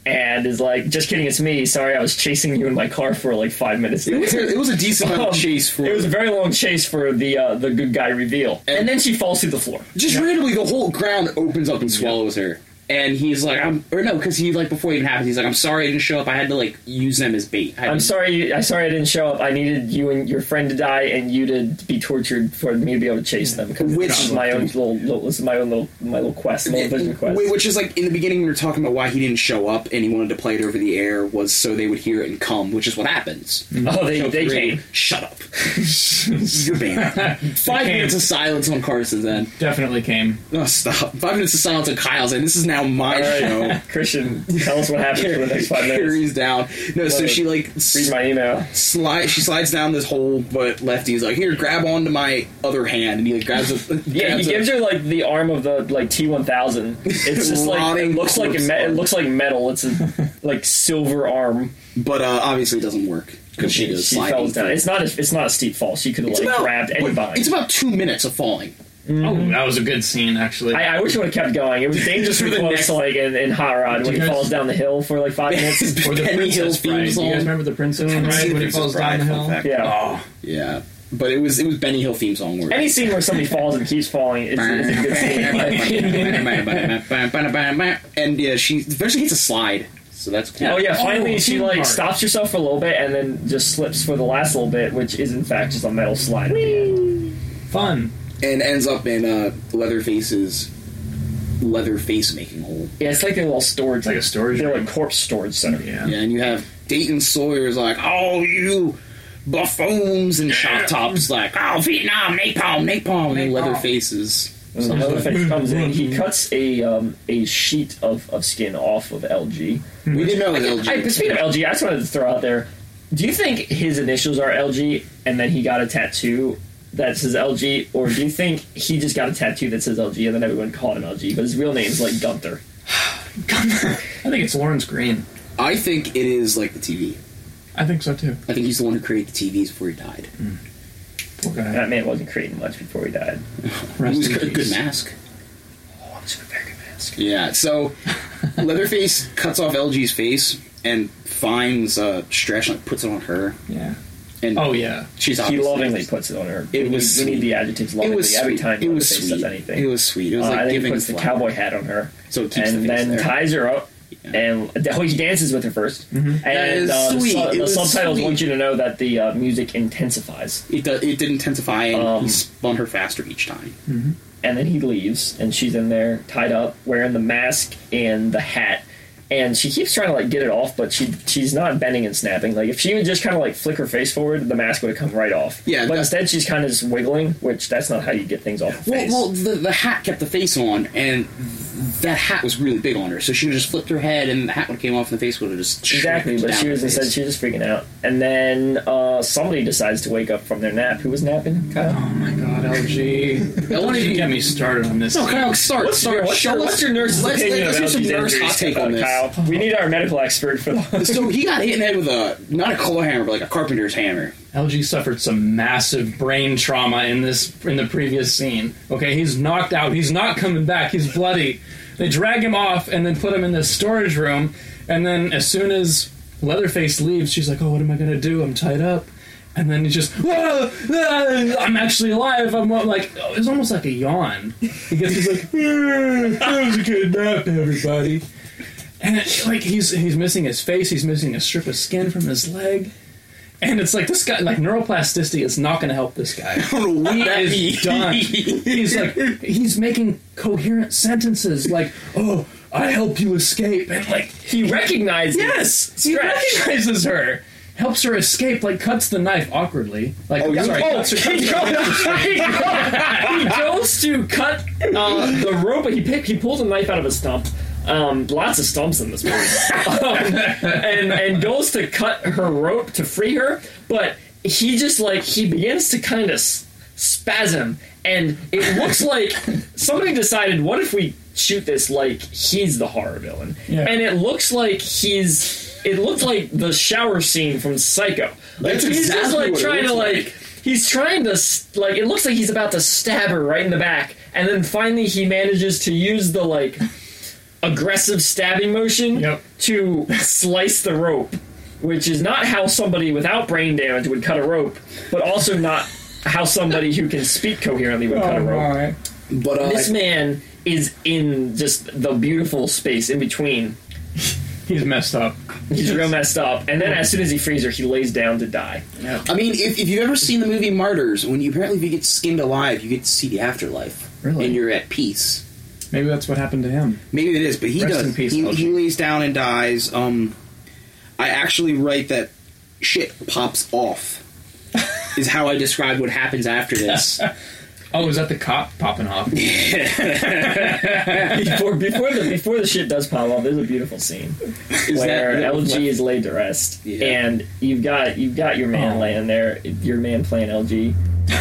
S1: And is like, just kidding, it's me. Sorry, I was chasing you in my car for like five minutes.
S2: It was, a, it was a decent amount
S1: Um,
S2: of chase for
S1: It was a very long chase for the uh, the good guy reveal, and,
S2: And-
S1: then she falls through the floor.
S2: just randomly the whole ground opens up and swallows her. And he's like, I'm or no, because he like before it even happens, he's like, I'm sorry I didn't show up. I had to like use them as bait. I had
S1: I'm
S2: to-
S1: sorry, I'm sorry I didn't show up. I needed you and your friend to die, and you to be tortured for me to be able to chase them. Because
S2: Which-
S1: this is my own little, little, this is my own little, my little quest, my little vision quest.
S2: Wait, Which is like in the beginning, we were talking about why he didn't show up and he wanted to play it over the air was so they would hear it and come, which is what happens.
S1: oh, they, they
S2: Great.
S1: came.
S2: Shut up. You're banned. Five
S3: came.
S2: minutes of silence on Carson's end.
S3: Definitely came.
S2: No, stop. Five minutes of silence on Kyle's end. This is now my show.
S1: Christian, tell us what happened for the next five minutes.
S2: Carries down. No, so she like
S1: Read my email.
S2: slide. She slides down this hole, but Lefty's like, "Here, grab onto my other hand," and he like grabs a.
S1: Yeah, he
S2: grabs a-
S1: gives her like the arm of the like T one thousand. It's just like it
S2: Rotting
S1: looks like
S2: corpse
S1: me- it
S2: arm.
S1: looks like metal. It's a like silver arm.
S2: but uh, obviously it doesn't work because she goes
S1: she
S2: sliding.
S1: falls down.
S2: through.
S1: It's not a, it's not a steep fall. She could have like grabbed
S2: wait,
S1: anybody.
S2: It's about two minutes of falling.
S3: Oh, that was a good scene, actually.
S1: I, I wish it would have kept going. It was dangerously
S2: For the
S1: close
S2: next-
S1: to like in, in Hot Rod when he
S3: you guys-
S1: falls down the hill for like five minutes.
S2: It's
S3: or the
S2: Benny Hill's
S3: Princess
S2: theme
S3: Bride. Do you
S2: song.
S3: guys remember the Princess Bride when he falls down the hill?
S1: Yeah.
S3: Oh,
S2: Yeah, but it was it was Benny Hill theme song. Word.
S1: Any scene where somebody falls and keeps falling is, is a good scene.
S2: and yeah, she eventually hits a slide, so that's cool.
S1: Oh yeah, finally
S3: Oh,
S1: she
S3: theme
S1: like
S3: park.
S1: stops herself for a little bit and then just slips for the last little bit, which is in fact just a metal slide. at the end.
S3: fun.
S2: and ends up in uh, Leatherface's Leatherface making hole.
S1: Yeah, it's like a little storage.
S3: It's like a storage
S1: They're
S3: room.
S1: like corpse storage center.
S3: Yeah.
S2: Yeah, and you have Dayton Sawyer's like, "Oh, you buffoons!" and Shot Top's like, "Oh, Vietnam napalm, napalm," and Leatherface's
S1: So
S3: Sounds
S1: Leatherface
S3: like-
S1: comes in. He cuts a um, a sheet of, of skin off of LG.
S2: We didn't know it was
S1: I,
S2: LG.
S1: speaking of LG, I just wanted to throw out there. Do you think his initials are LG and then he got a tattoo that says LG, or do you think he just got a tattoo that says LG and then everyone called him LG, but his real name's like Gunther?
S3: I think it's Lawrence Green.
S5: I think it is like the TV.
S3: I think so too.
S5: I think he's the one who created the TVs before he died.
S3: Poor guy.
S1: And that man wasn't creating much before he died.
S5: He
S3: Rest
S5: was
S3: in
S5: a good
S3: peace.
S5: mask.
S1: Oh, I'm just a very good mask.
S2: Yeah, so Leatherface cuts off LG's face and finds uh, Stretch and like, puts it on her.
S3: Yeah.
S2: And
S3: Oh yeah.
S2: she's
S1: He
S2: obviously
S1: lovingly puts it on her.
S2: It
S1: we need,
S2: was
S1: we
S2: sweet.
S1: need the adjectives
S2: It
S1: lovingly
S2: was
S1: every
S2: sweet.
S1: time
S2: it was
S1: Leatherface
S2: sweet.
S1: does anything.
S2: It was sweet. It was
S1: Uh,
S2: like
S1: and then he
S2: giving
S1: puts the
S2: flower.
S1: cowboy hat on her,
S2: So it keeps the
S1: and
S2: face
S1: then
S2: there.
S1: ties her up. And oh, he dances with her 1st and
S2: Mm-hmm. is
S1: uh, the,
S2: sweet.
S1: su-
S2: It
S1: the
S2: was
S1: subtitles
S2: sweet.
S1: want you to know that the uh, music intensifies,
S2: It, do, it did intensify, and
S1: Um,
S2: he spun her faster each time.
S1: and then he leaves, and she's in there tied up, wearing the mask and the hat, and she keeps trying to like get it off, but she she's not bending and snapping. Like if she would just kind of like flick her face forward, the mask would have come right off.
S2: Yeah,
S1: but
S2: that-
S1: instead she's kind of just wiggling, which that's not how you get things off. the
S2: Well,
S1: face.
S2: well the, the hat kept the face on, and that hat was really big on her. So she just flipped her head, and the hat would have came off, and the face would have just
S1: Exactly,
S2: shrinked
S1: but
S2: down
S1: she
S2: her
S1: was
S2: face.
S1: instead she was just freaking out, and then uh, somebody decides to wake up from their nap. Who was napping? Kyle.
S3: Oh my god, LG.
S2: I wanted
S3: LG
S2: to-
S3: get me started on this.
S2: No, Kyle, start,
S1: What's
S2: start.
S1: your, what's
S2: show
S1: your,
S2: us
S1: what's your nurse's
S2: let's,
S1: opinion
S2: let's
S1: of
S2: hear some
S1: LG's
S2: nurse hot
S1: injuries,
S2: take on
S1: uh,
S2: this.
S1: Kyle, we need our medical expert for the.
S2: So he got hit in the head with a not a claw hammer, but like a carpenter's hammer.
S3: LG suffered some massive brain trauma in this in the previous scene. Okay, he's knocked out. He's not coming back. He's bloody. They drag him off and then put him in this storage room. And then as soon as Leatherface leaves, she's like, "Oh, what am I gonna do? I'm tied up." And then he just, "Whoa, ah, I'm actually alive." I'm uh, like, oh, it's almost like a yawn. He gets, he's like, "Ah, "That was a good nap, everybody." And it, like he's he's missing his face. He's missing a strip of skin from his leg. And it's like this guy, like neuroplasticity is not going to help this guy. he is done. He's like he's making coherent sentences, like "Oh, I help you escape," and like
S1: he recognizes.
S3: yes, he
S1: Stretch.
S3: recognizes her, helps her escape, like cuts the knife awkwardly, like oh, sorry,
S1: Oh,
S3: cuts her- cuts
S1: he, goes,
S3: her-
S1: he goes to cut uh, the rope, but he pick, he pulls a knife out of a stump. Um, lots of stumps in this movie, um, and and goes to cut her rope to free her, but he just like he begins to kind of s- spasm, and it looks like somebody decided, what if we shoot this like he's the horror villain,
S3: Yeah.
S1: and it looks like he's. It looked like the shower scene from Psycho. Like,
S2: That's
S1: he's just
S2: exactly
S1: like
S2: what it
S1: trying to
S2: looks
S1: like,
S2: like.
S1: he's trying to s- like it looks like he's about to stab her right in the back, and then finally he manages to use the like aggressive stabbing motion
S3: Yep.
S1: to slice the rope, which is not how somebody without brain damage would cut a rope, but also not how somebody who can speak coherently would cut a
S3: Oh,
S1: rope
S3: my.
S2: But uh,
S1: this man is in just the beautiful space in between.
S3: He's messed up.
S1: He's real messed up, and then as soon as he frees her, he lays down to die.
S2: like,
S5: I mean, if, if you've ever seen the movie Martyrs, when you apparently if you get skinned alive, you get to see the afterlife,
S3: Really?
S5: and you're at peace.
S3: Maybe that's what happened to him.
S2: maybe it is, but he
S3: Rest
S2: does.
S3: in peace,
S2: he,
S3: LG.
S2: he lays down and dies. Um, I actually write that shit pops off. is how I describe what happens after this.
S3: Oh, is that the cop popping off?
S1: Before, before the before the shit does pop off, there's a beautiful scene where
S2: that-
S1: LG is laid to rest,
S2: Yeah.
S1: and you've got you've got your man laying there, your man playing LG,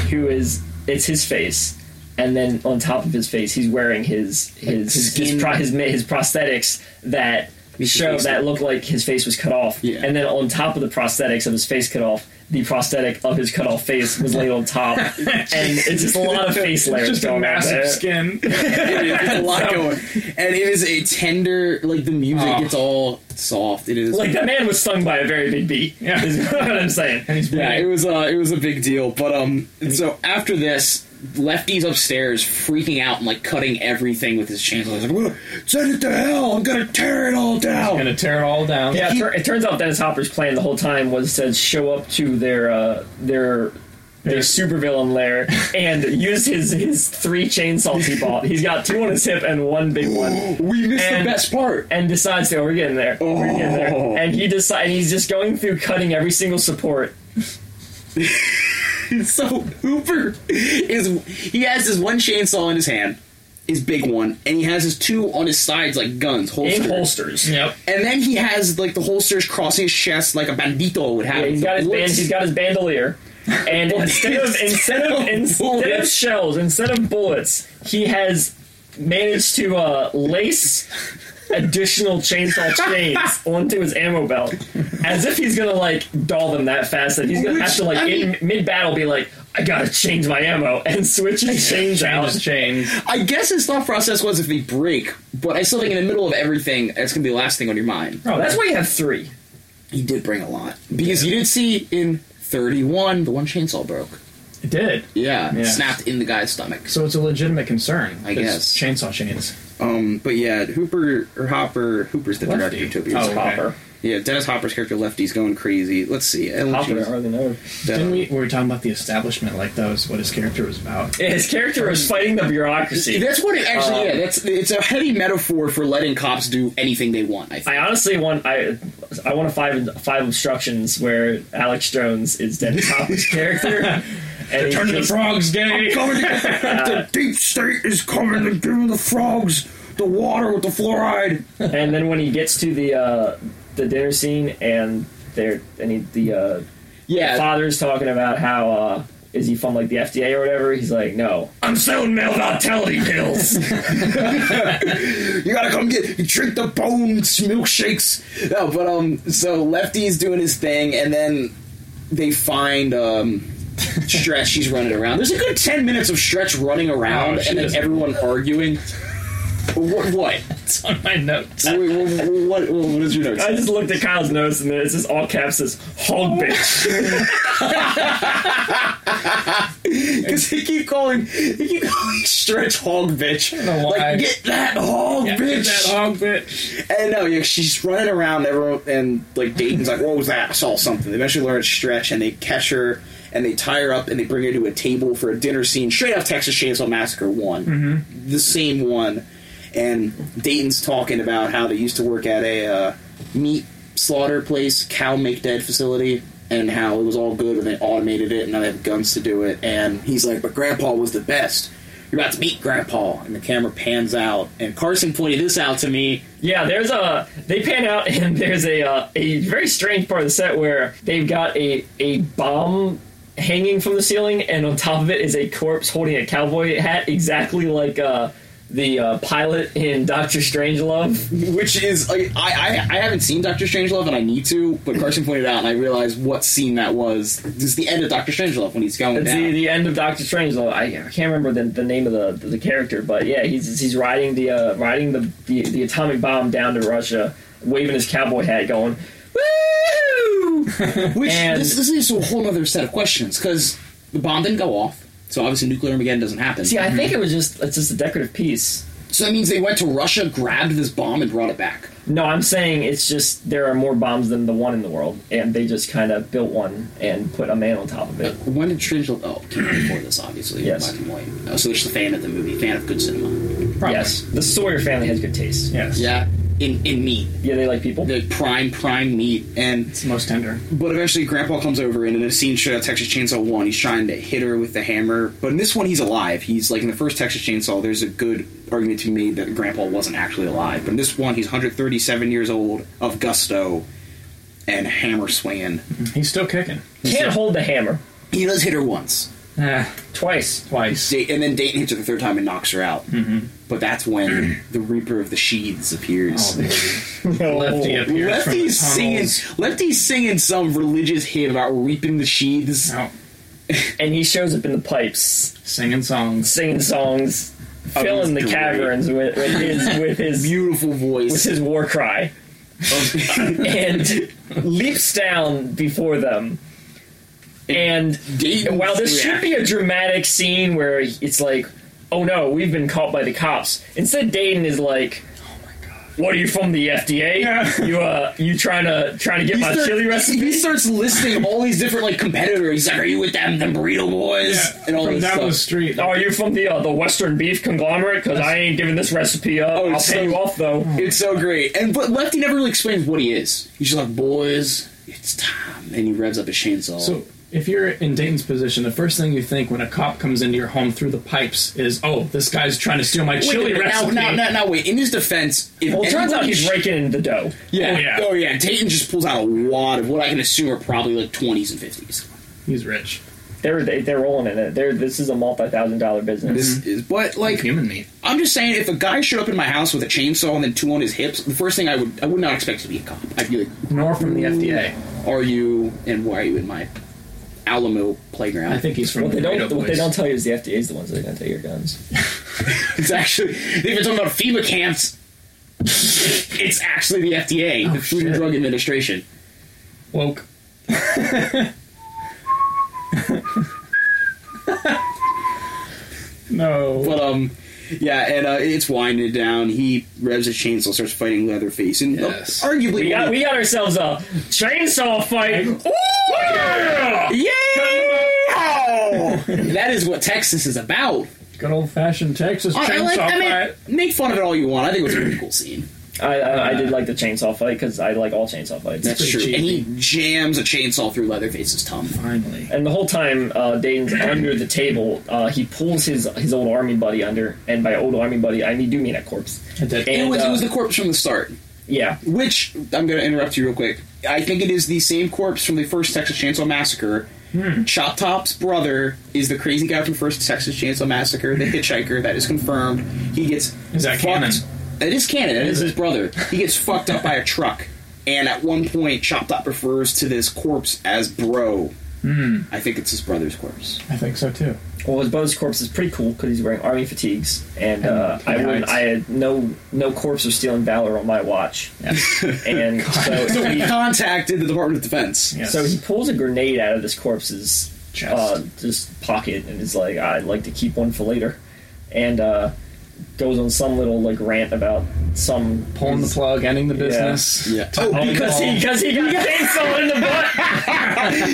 S1: who is it's his face, and then on top of his face, he's wearing his his his
S2: skin-
S1: his, pro, his ma- his prosthetics that
S2: his
S1: show
S2: face
S1: that
S2: look-
S1: look like his face was cut off,
S2: Yeah.
S1: and then on top of the prosthetics of his face cut off. The prosthetic of his cut off face was laid on top, and it's just a lot of face layers
S3: just
S1: going
S3: a
S1: on
S3: massive
S1: there.
S3: skin.
S2: There's a lot going, and it is a tender. Like the music,
S3: Oh.
S2: it's all soft. It is
S1: Like that man was stung by a very big bee.
S3: Yeah.
S1: is what I'm saying.
S3: And he's
S2: Yeah,
S3: bleeding.
S2: it was uh, it was a big deal. But um, so after this, Lefty's upstairs freaking out and like cutting everything with his chainsaw. He's like, "Well, "Send it to hell! I'm gonna tear it all down."
S3: gonna tear it all down.
S1: Yeah,
S2: He-
S1: it tur- it turns out Dennis Hopper's plan the whole time was to show up to their uh, their their supervillain lair and use his his three chainsaws he bought. He's got two on his hip and one big one.
S2: we missed
S1: And-
S2: the best part.
S1: And decides to oh, we're getting there. We're getting
S2: Oh.
S1: there. And he decides he's just going through cutting every single support.
S2: So Hooper is he has his one chainsaw in his hand. his big one, and he has his two on his sides like guns, holsters.
S1: And holsters.
S3: Yep.
S2: And then he has like the holsters crossing his chest like a bandito would have.
S1: Yeah, he's got his band, he's got his bandolier. And instead of instead of instead of
S2: Bullets.
S1: shells, instead of bullets, he has managed to uh, lace additional chainsaw chains onto his ammo belt, as if he's gonna like doll them that fast that he's gonna have to like in mid battle be like, I gotta change my ammo and switch his chains out.
S3: Changes chains.
S2: I guess his thought process was if they break, but I still think in the middle of everything, it's gonna be the last thing on your mind.
S1: Oh, that's why you have three.
S2: He did bring a lot because you did see in 31 the one chainsaw broke.
S3: It did.
S2: Yeah,
S3: Yeah.
S2: snapped in the guy's stomach.
S3: So it's a legitimate concern.
S2: I
S3: It's
S2: guess.
S3: chainsaw chains.
S2: Um, but yeah, Hooper or Hopper, Hooper's the
S3: Lefty.
S2: director. Toby.
S3: Oh, okay.
S1: Hopper.
S2: Yeah, Dennis Hopper's character Lefty's going crazy. Let's see.
S1: Hopper, I
S2: LG's,
S1: hardly know.
S3: Didn't we? Were we talking about the establishment? Like that was what his character was about.
S1: Yeah, His character was fighting the bureaucracy.
S2: That's what it actually.
S3: Uh,
S1: Um,
S2: yeah, that's it's a heavy metaphor for letting cops do anything they want. I think.
S1: I honestly want I I want a five five obstructions where Alex Jones is Dennis Hopper's character. And he's
S3: Turn the
S1: just-
S3: frogs gay.
S2: the deep state is coming to do the frogs, the water with the fluoride.
S1: and then when he gets to the uh, the dinner scene and there and he, the uh,
S2: Yeah,
S1: father's talking about how uh, is he from like the FDA or whatever? He's like, no, I'm selling male vitality pills.
S2: you gotta come get drink the bones milkshakes. No, but um, so Lefty's doing his thing, and then they find um. Stretch, she's running around. There's a good ten minutes of Stretch running around,
S3: Oh, she
S2: and then
S3: is-
S2: everyone arguing. what? What?
S3: it's on my notes.
S2: Wait, what, what? What is your notes?
S1: I just looked at Kyle's notes and it's just all caps says hog bitch.
S2: Because they keep calling, they keep calling Stretch Hog bitch.
S3: know why.
S2: Like get that hog
S3: Yeah,
S2: bitch.
S3: that hog bitch.
S2: And no, yeah, she's running around everyone, and like Dayton's like, "What was that? I saw something." They eventually learn it's Stretch, and they catch her, and they tie her up, and they bring her to a table for a dinner scene, straight out of Texas Chainsaw Massacre one, mm-hmm. the same one. And Dayton's talking about how they used to work at a uh, meat slaughter place, cow make dead facility. And how it was all good when they automated it, and now they have guns to do it. And he's like, "But Grandpa was the best. You're about to meet Grandpa." And the camera pans out, and Carson pointed this out to me.
S1: Yeah, there's a they pan out and there's a uh, a very strange part of the set where they've got a a bomb hanging from the ceiling and on top of it is a corpse holding a cowboy hat exactly like uh the uh, pilot in Doctor Strangelove.
S2: which is like, I, I I haven't seen Doctor Strangelove and I need to, but Carson pointed out and I realized what scene that was. This is the end of Doctor Strangelove when he's going
S1: It's the,
S2: down.
S1: the end of Doctor Strangelove. I, I can't remember the, the name of the, the, character, but yeah, he's he's riding the uh, riding the, the the atomic bomb down to Russia, waving his cowboy hat, going, "Woo!"
S2: Which
S1: and-
S2: this, this is a whole other set of questions because the bomb didn't go off, so obviously nuclear Armageddon doesn't happen.
S1: See, I think it was just it's just a decorative piece.
S2: so that means they went to Russia, grabbed this bomb, and brought it back.
S1: No, I'm saying it's just there are more bombs than the one in the world, and they just kind of built one and put a man on top of it.
S2: When did Strangelove? Oh, came out before this, obviously.
S1: Yes.
S2: Black and white. Oh, so it's the fan of the movie, fan of good cinema.
S3: Probably.
S1: Yes, the Sawyer family has good taste. Yeah,
S3: Yes.
S2: Yeah, in in meat,
S1: they like people.
S2: the prime prime meat, and
S3: It's the most tender.
S2: But eventually, Grandpa comes over, and in a scene straight out of Texas Chainsaw 1, he's trying to hit her with the hammer. But in this one, he's alive. He's like in the first Texas Chainsaw, there's a good argument to be made that Grandpa wasn't actually alive. But in this one, he's 137 years old, of gusto, and hammer swinging.
S3: He's still kicking.
S1: Can't hold the hammer
S2: He does hit her once,
S3: Ah,
S1: twice.
S3: twice.
S2: Da- and then Dayton hits her the third time and knocks her out.
S3: Mm-hmm.
S2: But that's when the Reaper of the Sheaths
S3: Oh,
S2: appears.
S3: the
S1: No.
S3: lefty appears
S2: Lefty's
S3: from the
S2: singing,
S3: tunnels.
S2: Lefty's singing some religious hymn about reaping the sheaths.
S3: Out,
S1: and he shows up in the pipes,
S3: singing songs.
S1: singing songs, filling the
S2: he's great.
S1: caverns with, with his with his
S2: Beautiful voice.
S1: with his war cry, and leaps down before them, and
S2: Dayton's
S1: while this should
S2: reaction-
S1: be a dramatic scene where it's like, oh no, we've been caught by the cops. Instead, Dayton is like, what are you from the FDA?
S3: Yeah.
S1: You uh, you trying to trying to get my
S2: start-
S1: chili
S2: He
S1: recipe?
S2: starts listing all these different like competitors. He's like, "Are you with them, the burrito boys?" and all
S3: from
S2: this
S3: down
S2: stuff.
S3: the street.
S1: Oh, are you from the uh, the Western beef conglomerate? Because I ain't giving this recipe up. I'll pay
S2: it's Oh, so-
S1: you off though.
S2: it's so great. And but Lefty never really explains what he is. He's just like, "Boys, it's time," and he revs up his chainsaw.
S3: So if you're in Dayton's position, the first thing you think when a cop comes into your home through the pipes is, "Oh, this guy's trying to steal my
S2: Wait a
S3: chili
S2: minute, now,
S3: recipe."
S2: now, now, now, wait. In his defense, if
S1: Well, it turns out
S2: anybody
S1: he's
S2: sh-
S1: raking in the dough.
S3: yeah,
S2: Oh,
S3: yeah,
S2: Oh yeah, Dayton
S5: Dayton
S2: just
S5: just pulls out a wad of what I can assume are probably like 20s and 50s.
S3: he's rich.
S1: They're they, they're rolling in it. They're this is a multi thousand dollar business.
S2: this is, but like,
S3: Human meat.
S2: I'm just saying, if a guy showed up in my house with a chainsaw and then two on his hips, the first thing I would I would not expect to be a cop. I'd be like,
S3: Nor from the FDA.
S2: "Are you?"
S5: And why are you in my Alamo playground?
S3: I think he's from
S1: what they
S3: the
S1: don't
S3: Beto
S1: what they
S3: Boys.
S1: don't tell you is the FDA's the ones that are going to take your guns.
S5: it's actually, they've been talking about FEMA camps. it's actually the FDA, the Food and
S3: shit.
S5: Drug Administration.
S3: woke. no.
S5: But, um,
S2: Yeah, and uh, it's winded down. He revs his chainsaw, starts fighting Leatherface, and uh,
S3: Yes.
S2: arguably,
S1: We got we got ourselves a chainsaw fight. Ooh, yeah!
S2: yeah.
S5: that is what Texas is about.
S3: Good old fashioned Texas
S5: I, I
S3: chainsaw
S5: like, I mean,
S3: fight.
S5: make fun of it all you want. I think it was a pretty cool scene.
S1: I, I, I did like the chainsaw fight because I like all chainsaw fights.
S5: That's
S3: pretty
S5: true.
S3: cheesy.
S5: And he jams a chainsaw through Leatherface's tongue.
S3: Finally.
S1: And the whole time, uh, Dayton's under the table. Uh, he pulls his his old army buddy under, and by old army buddy, I mean do mean a corpse.
S3: That,
S1: And,
S5: it, was,
S1: uh,
S5: it was the corpse from the start.
S1: Yeah,
S2: Which I'm going to interrupt you real quick. I think it is the same corpse from the first Texas Chainsaw Massacre. Chop Top's brother is the crazy guy from first Texas Chainsaw Massacre, the hitchhiker. That is confirmed. He gets
S3: Is that
S2: fucked-
S3: canon?
S2: It is canon. It is his brother. He gets fucked up by a truck, and at one point, Chop Top refers to this corpse as bro. I think it's his brother's corpse.
S3: I think so too.
S1: well, his brother's corpse is pretty cool because he's wearing army fatigues, and, uh,
S3: And
S1: I wouldn't.
S3: tights.
S1: I had no no corpse or stealing valor on my watch, and so
S2: So he
S1: he,
S2: contacted the Department of Defense.
S3: Yes.
S1: so he pulls a grenade out of this corpse's
S3: Chest.
S1: uh, just pocket, and is like, "I'd like to keep one for later," and uh, goes on some little like rant about some
S3: Pulling the plug, ending the business.
S2: Yeah.
S3: Oh,
S1: because he because he got chainsaw in the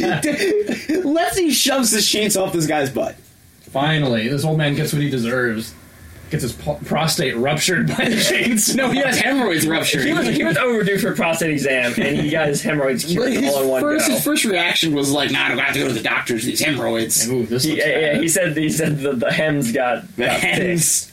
S1: butt.
S2: Lefty shoves his chainsaw up this guy's butt.
S3: Finally, this old man gets what he deserves. Gets his po- prostate ruptured by the chainsaw.
S5: No, he has hemorrhoids ruptured.
S1: He was he was overdue for a prostate exam, and he got his hemorrhoids
S5: But
S1: cured
S5: his
S1: all in one
S5: first,
S1: go.
S5: his first reaction was like, "Nah, I'm gonna have to go to the doctor for these hemorrhoids."
S3: Ooh, this
S1: He,
S3: looks
S1: yeah, yeah,
S3: bad.
S1: he said he said the, the hems got, got fixed.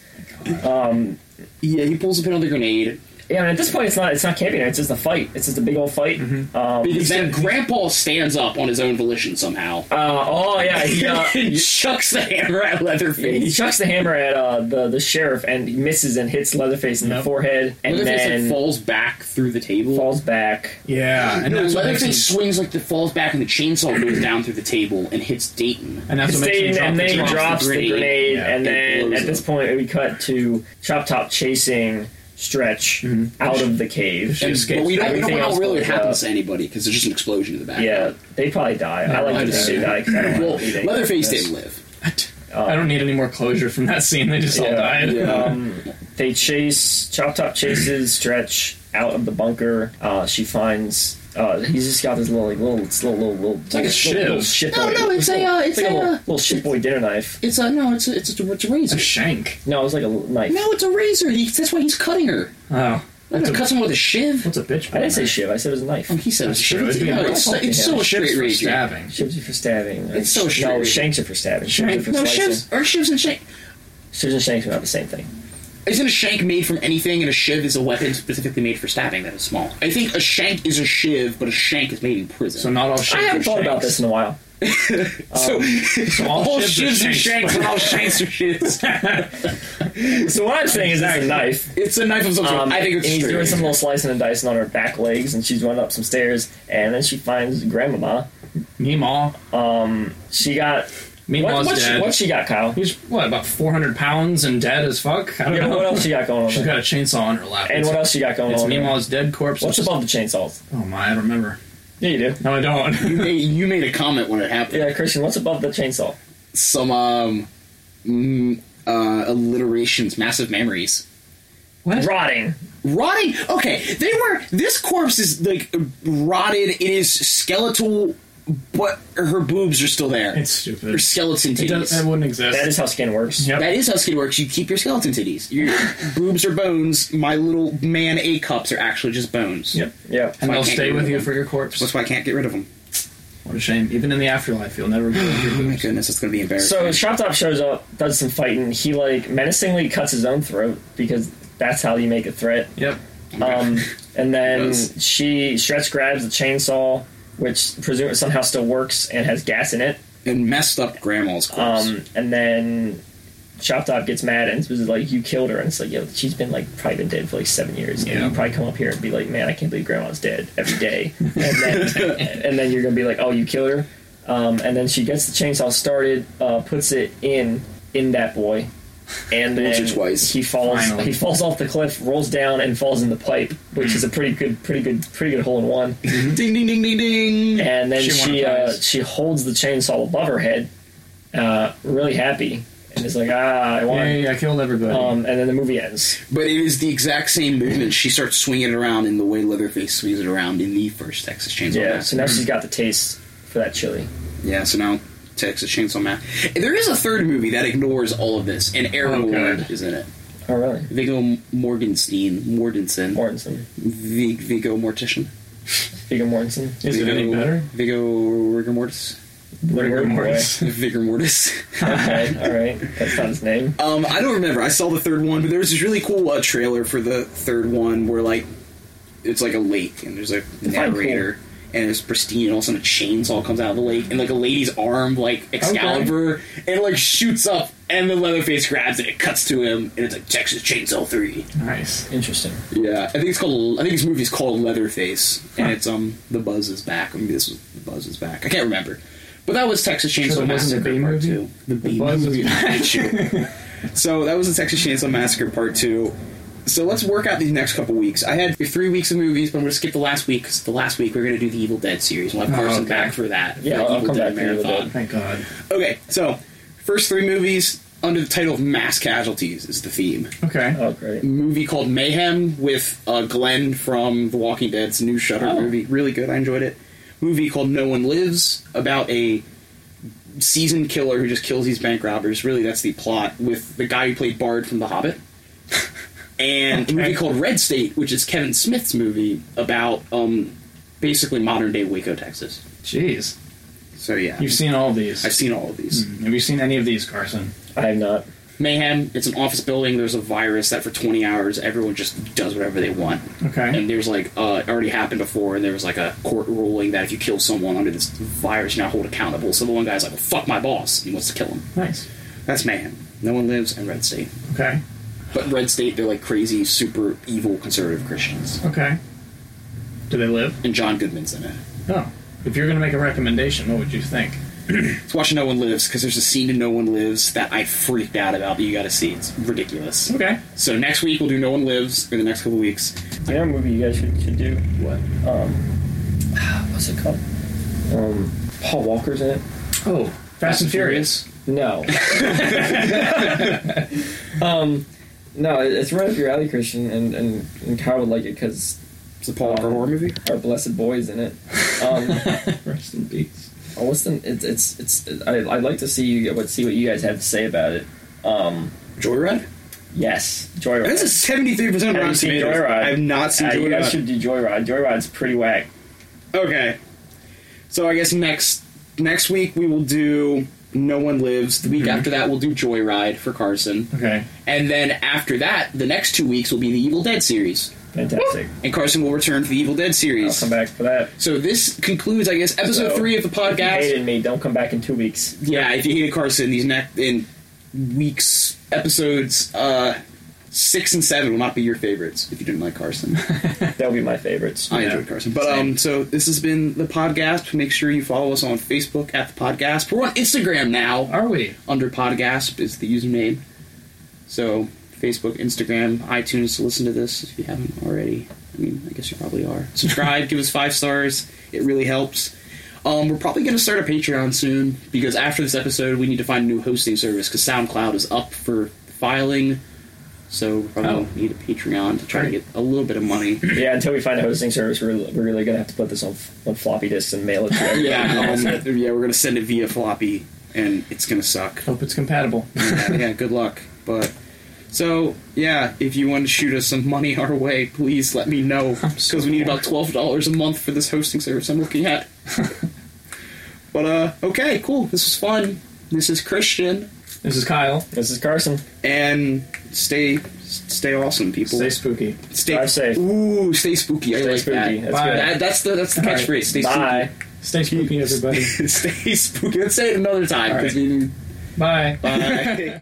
S5: Um, Yeah, he pulls a pin on the grenade.
S1: Yeah, and at this point, it's not it's not camping. It's just a fight. It's just a big old fight.
S3: Mm-hmm.
S1: Um,
S5: Because then Grandpa stands up on his own volition somehow.
S1: uh, oh yeah, he, uh,
S5: and chucks the hammer at
S1: he
S5: Leatherface.
S1: chucks the hammer at uh, the the sheriff and he misses and hits Leatherface in the forehead, and
S5: Leatherface like,
S1: then
S5: falls back through the table.
S1: falls back.
S3: yeah, and
S5: No,
S3: that's what makes him,
S5: Leatherface swings like the falls back, and the chainsaw goes down through the table and hits Dayton.
S3: and that's what makes him
S1: Stain,
S3: drop
S1: and
S3: the
S1: then he
S3: drop.
S1: drops the
S5: grenade.
S1: grenade,
S3: Yeah.
S1: and
S5: It
S1: then
S5: blows
S1: at this
S5: up.
S1: point we cut to Chop Top chasing Stretch
S5: Mm-hmm.
S1: out of the cave.
S3: And-
S5: But we don't, we don't
S1: Everything
S5: know
S1: else
S5: really
S1: blows
S5: what happens
S1: up.
S5: to anybody because there's just an explosion in the back.
S1: Yeah, they probably die. I like
S3: I
S1: to think they
S3: see.
S1: die 'cause I don't
S5: Well,
S1: want to be
S5: Leatherface didn't live.
S3: I don't need any more closure from that scene. They just all
S1: Yeah.
S3: died.
S1: Um, they chase Chop Top chases Stretch out of the bunker. Uh, she finds uh, he's just got this little like, little it's little little little it's
S3: like a shiv.
S1: little shit
S5: No,
S1: boy.
S5: no, it's a, uh, it's
S1: like
S5: a,
S1: little,
S5: uh,
S1: little shit boy dinner knife.
S5: It's a no. It's a, it's a, it's a razor.
S3: A shank.
S1: No, it was like a l- knife.
S5: No, it's a razor. He, that's why he's cutting her.
S3: Oh,
S5: Like
S3: That's
S5: to
S3: a-
S5: cut someone with a shiv.
S3: what's a bitch?
S1: I didn't say shiv. I said it was a knife.
S5: Oh, he said it's a shiv.
S3: Sure,
S5: It's,
S3: it'd be
S5: no,
S3: a-
S5: it's, it's still a straight
S3: For
S5: razor.
S3: stabbing.
S1: Shivs are for stabbing.
S5: It's so straight
S1: No,
S5: razor.
S1: shanks are for stabbing. Shivs are for
S5: No,
S1: slicing.
S5: shivs or shivs and shank.
S1: Shivs and shanks are not the same thing.
S5: Isn't a shank made from anything, and a shiv is a weapon specifically made for stabbing that is small? I think a shank is a shiv, but a shank is made in prison.
S3: So not all
S1: I
S3: shanks.
S1: haven't
S3: are
S1: thought
S3: shanks.
S1: about this in a while.
S3: So all,
S5: all
S3: shivs are shanks.
S5: and all shanks are shivs.
S1: So what I'm saying is, it's a knife.
S5: It's a knife of some sort.
S1: Um,
S5: I think
S1: and
S5: it's
S1: he's doing
S5: straight.
S1: some little slicing and dicing on her back legs, and she's running up some stairs, and then she finds Grandmama.
S3: Meemaw.
S1: She got what,
S3: Meemaw's
S1: what, she,
S3: dead.
S1: what she got, Kyle?
S3: He's what about 400 pounds and dead as fuck? I don't
S1: Yeah,
S3: know.
S1: what else she got going on?
S3: She's
S1: there?
S3: got a chainsaw on her lap.
S1: and
S3: it's,
S1: what else she got going
S3: It's
S1: on? there?
S3: Meemaw's dead corpse.
S1: What's
S3: It's-
S1: above the chainsaws?
S3: Oh my, I don't remember.
S1: Yeah, you do.
S3: No, I don't.
S5: Hey, you made a comment when it happened.
S1: Yeah, Christian. What's above the chainsaw?
S5: Some um, mm, uh, alliterations, massive memories.
S3: what?
S1: Rotting.
S5: Rotting. Okay, they were. This corpse is like rotted. It is skeletal, but her boobs are still there.
S3: It's stupid.
S5: her skeleton
S3: It,
S5: titties.
S3: does, it wouldn't exist.
S1: That is how skin works.
S3: Yep.
S5: That is how skin works. You keep your skeleton titties. Your boobs are bones. My little man A cups are actually just bones.
S3: Yep.
S1: Yeah.
S3: And
S5: I
S3: they'll
S5: can't get
S3: stay
S5: rid
S3: with
S5: of
S3: you
S5: them.
S3: for your corpse.
S5: That's why I can't get rid of them.
S3: What a shame. Even in the afterlife, you'll never get into your
S2: Oh my
S3: boobs.
S2: goodness, it's gonna be embarrassing.
S1: So Shop Top shows up, does some fighting. He like menacingly cuts his own throat because that's how you make a threat.
S3: Yep.
S1: Um, and then
S2: Yes.
S1: she stretch grabs the chainsaw, which presumably somehow still works and has gas in it.
S2: and messed up grandma's corpse.
S1: Um, and then Chop Top gets mad and is like, "You killed her," and it's like, "Yo, she's been like probably been dead for like seven years." And
S3: Yeah.
S1: you probably come up here and be like, "Man, I can't believe Grandma's dead every day," and then and then you're gonna be like, "Oh, you killed her," um, and then she gets the chainsaw started, uh, puts it in in that boy, and
S5: Once
S1: then
S5: or twice.
S1: he falls
S3: Finally.
S1: he falls off the cliff, rolls down, and falls in the pipe,
S5: Hmm.
S1: which is a pretty good pretty good pretty good hole in one.
S2: ding ding ding ding ding.
S1: and then
S3: She
S1: she
S3: won a
S1: uh,
S3: prize.
S1: she holds the chainsaw above her head, uh, really happy, and is like, "Ah, I won."
S3: Yay, I killed everybody.
S1: Um, and then the movie ends.
S2: But it is the exact same movement. She starts swinging it around in the way Leatherface swings it around in the first Texas Chainsaw
S1: Yeah. So
S2: Massacre.
S1: now she's got the taste for that chili.
S2: Yeah, so now Texas Chainsaw Massacre. There is a third movie that ignores all of this, and Aaron
S3: Oh, God.
S2: Ward is in it.
S1: Oh, really?
S2: Viggo Morgenstein, Mortensen,
S1: Mortensen,
S2: v- Viggo Mortician,
S1: Viggo Mortensen,
S3: Is it
S2: Viggo-
S3: any better?
S2: Viggo rigor mortis,
S1: Rigor
S3: Mortis.
S2: vigor mortis.
S1: Okay, all right, that's not his name.
S2: Um, I don't remember. I saw the third one, but there was this really cool uh, trailer for the third one where like it's like a lake and there's a
S1: probably
S2: narrator and it's pristine and all of a sudden a chainsaw comes out of the lake and like a lady's arm like Excalibur and like shoots up and the Leatherface grabs it. It cuts to him and it's like Texas Chainsaw Three.
S3: Nice.
S1: Interesting.
S2: Yeah, I think it's called. I think this movie's called Leatherface and it's um the Buzz is back. Maybe this was the Buzz is back. I can't remember. But that was Texas Chainsaw
S3: Sure that
S2: Massacre
S3: wasn't the B
S2: Part
S3: movie?
S2: Two. The B
S3: Buzz is
S2: movie. Thank you. so that was the Texas Chainsaw Massacre Part Two. So let's work out these next couple weeks. I had three weeks of movies, but I'm going to skip the last week because the last week we're going to do the Evil Dead series. We'll have
S3: Oh,
S2: Carson
S3: okay.
S2: back for that. for
S1: Yeah,
S2: the
S1: I'll
S2: Evil
S1: come
S2: Dead
S1: back for Evil
S2: marathon.
S3: Thank God.
S2: Okay, so first three movies under the title of Mass Casualties is the theme
S3: Okay.
S1: Oh, great.
S2: movie called Mayhem with uh, Glenn from The Walking Dead's new Shutter movie. Really good. I enjoyed it. Movie called No One Lives about a seasoned killer who just kills these bank robbers. Really, that's the plot with the guy who played Bard from The Hobbit. and a movie called Red State, which is Kevin Smith's movie about um, basically modern day Waco, Texas.
S3: Jeez.
S2: So yeah,
S3: You've Hmm. seen all these.
S2: I've seen all of these.
S3: Have you seen any of these, Carson?
S1: I have not.
S2: Mayhem. It's an office building. There's a virus that for 20 hours everyone just does whatever they want.
S3: Okay.
S2: and there's like uh, it already happened before, and there was like a court ruling that if you kill someone under this virus, you're not held accountable. So the one guy's like, well, "Fuck my boss," and he wants to kill him.
S3: Nice.
S2: That's mayhem. No one lives in Red State,
S3: Okay.
S2: but Red State they're like crazy, super evil conservative Christians,
S3: Okay. Do they live?
S2: and John Goodman's in it.
S3: Oh. If you're going to make a recommendation, what would you think?
S2: Let's watch No One Lives because there's a scene in No One Lives that I freaked out about that you got to see. It's ridiculous.
S3: Okay.
S2: So next week we'll do No One Lives, or the next couple weeks.
S1: You know, a movie you guys should, should do. What? Um, what's it called? Um, Paul Walker's in it.
S3: Oh. Fast and Furious.
S1: No. um, no, it- it's right up your alley, Christian, and and, and Kyle would like it because
S2: It's a Paul Walker horror movie.
S1: our blessed boys in it. Um,
S3: Rest in peace.
S1: oh, what's the, it's it's it's I I'd like to see you what see what you guys have to say about it. Um,
S2: Joyride.
S1: yes, Joyride.
S2: This is seventy three percent
S1: Have you
S2: Rotten
S1: seen
S2: Tomatoes.
S1: Joyride?
S2: I have not seen
S1: Uh, you
S2: Joyride.
S1: guys should do Joyride. Joyride's pretty whack.
S2: Okay. So I guess next next week we will do No One Lives. The week
S1: Mm-hmm.
S2: after that we'll do Joyride for Carson.
S3: Okay.
S2: And then after that, the next two weeks will be the Evil Dead series.
S1: Fantastic.
S2: And Carson will return for the Evil Dead
S1: I'll
S2: series.
S1: come back for that.
S2: So this concludes, I guess, episode
S1: So,
S2: three of the
S1: If you
S2: podcast.
S1: hated me. Don't come back in two weeks.
S2: yeah, if you hated Carson, these next in weeks episodes uh six and seven will not be your favorites if you didn't like Carson.
S1: That'll be my favorites.
S2: I
S3: Yeah.
S2: enjoyed Carson. But um, so this has been the podcast. Make sure you follow us on Facebook at the podcast. We're on Instagram now.
S3: Are we?
S2: Under podcast is the username. So Facebook, Instagram, iTunes to listen to this if you haven't already. I mean, I guess you probably are. Subscribe, give us five stars. It really helps. Um, we're probably going to start a Patreon soon because after this episode, we need to find a new hosting service because SoundCloud is up for filing. So we're probably
S3: Oh.
S2: going to need a Patreon to try to get a little bit of money.
S1: Yeah, until we find a hosting service, we're, we're really gonna have to put this on, on floppy disks and mail it to everybody.
S2: Yeah, um, yeah, we're gonna send it via floppy, and it's gonna suck.
S3: Hope it's compatible.
S2: yeah, yeah, good luck. But so yeah, if you want to shoot us some money our way, please let me know because we need about twelve dollars a month for this hosting service I'm looking at. But uh, okay, cool. This was fun. This is Christian,
S3: This is Kyle.
S1: This is Carson.
S2: and stay stay awesome, people.
S3: Stay spooky.
S2: stay
S1: drive safe.
S2: Ooh, stay spooky. I
S1: Stay
S2: like
S1: spooky.
S2: that.
S1: That's
S3: Bye.
S1: good.
S2: That- that's the that's the
S3: All right.
S2: catchphrase. Stay
S1: Bye.
S3: Stay spooky, everybody.
S2: spooky. stay spooky. Let's say it another time
S3: All right.
S2: because
S3: Bye.
S2: we. Bye.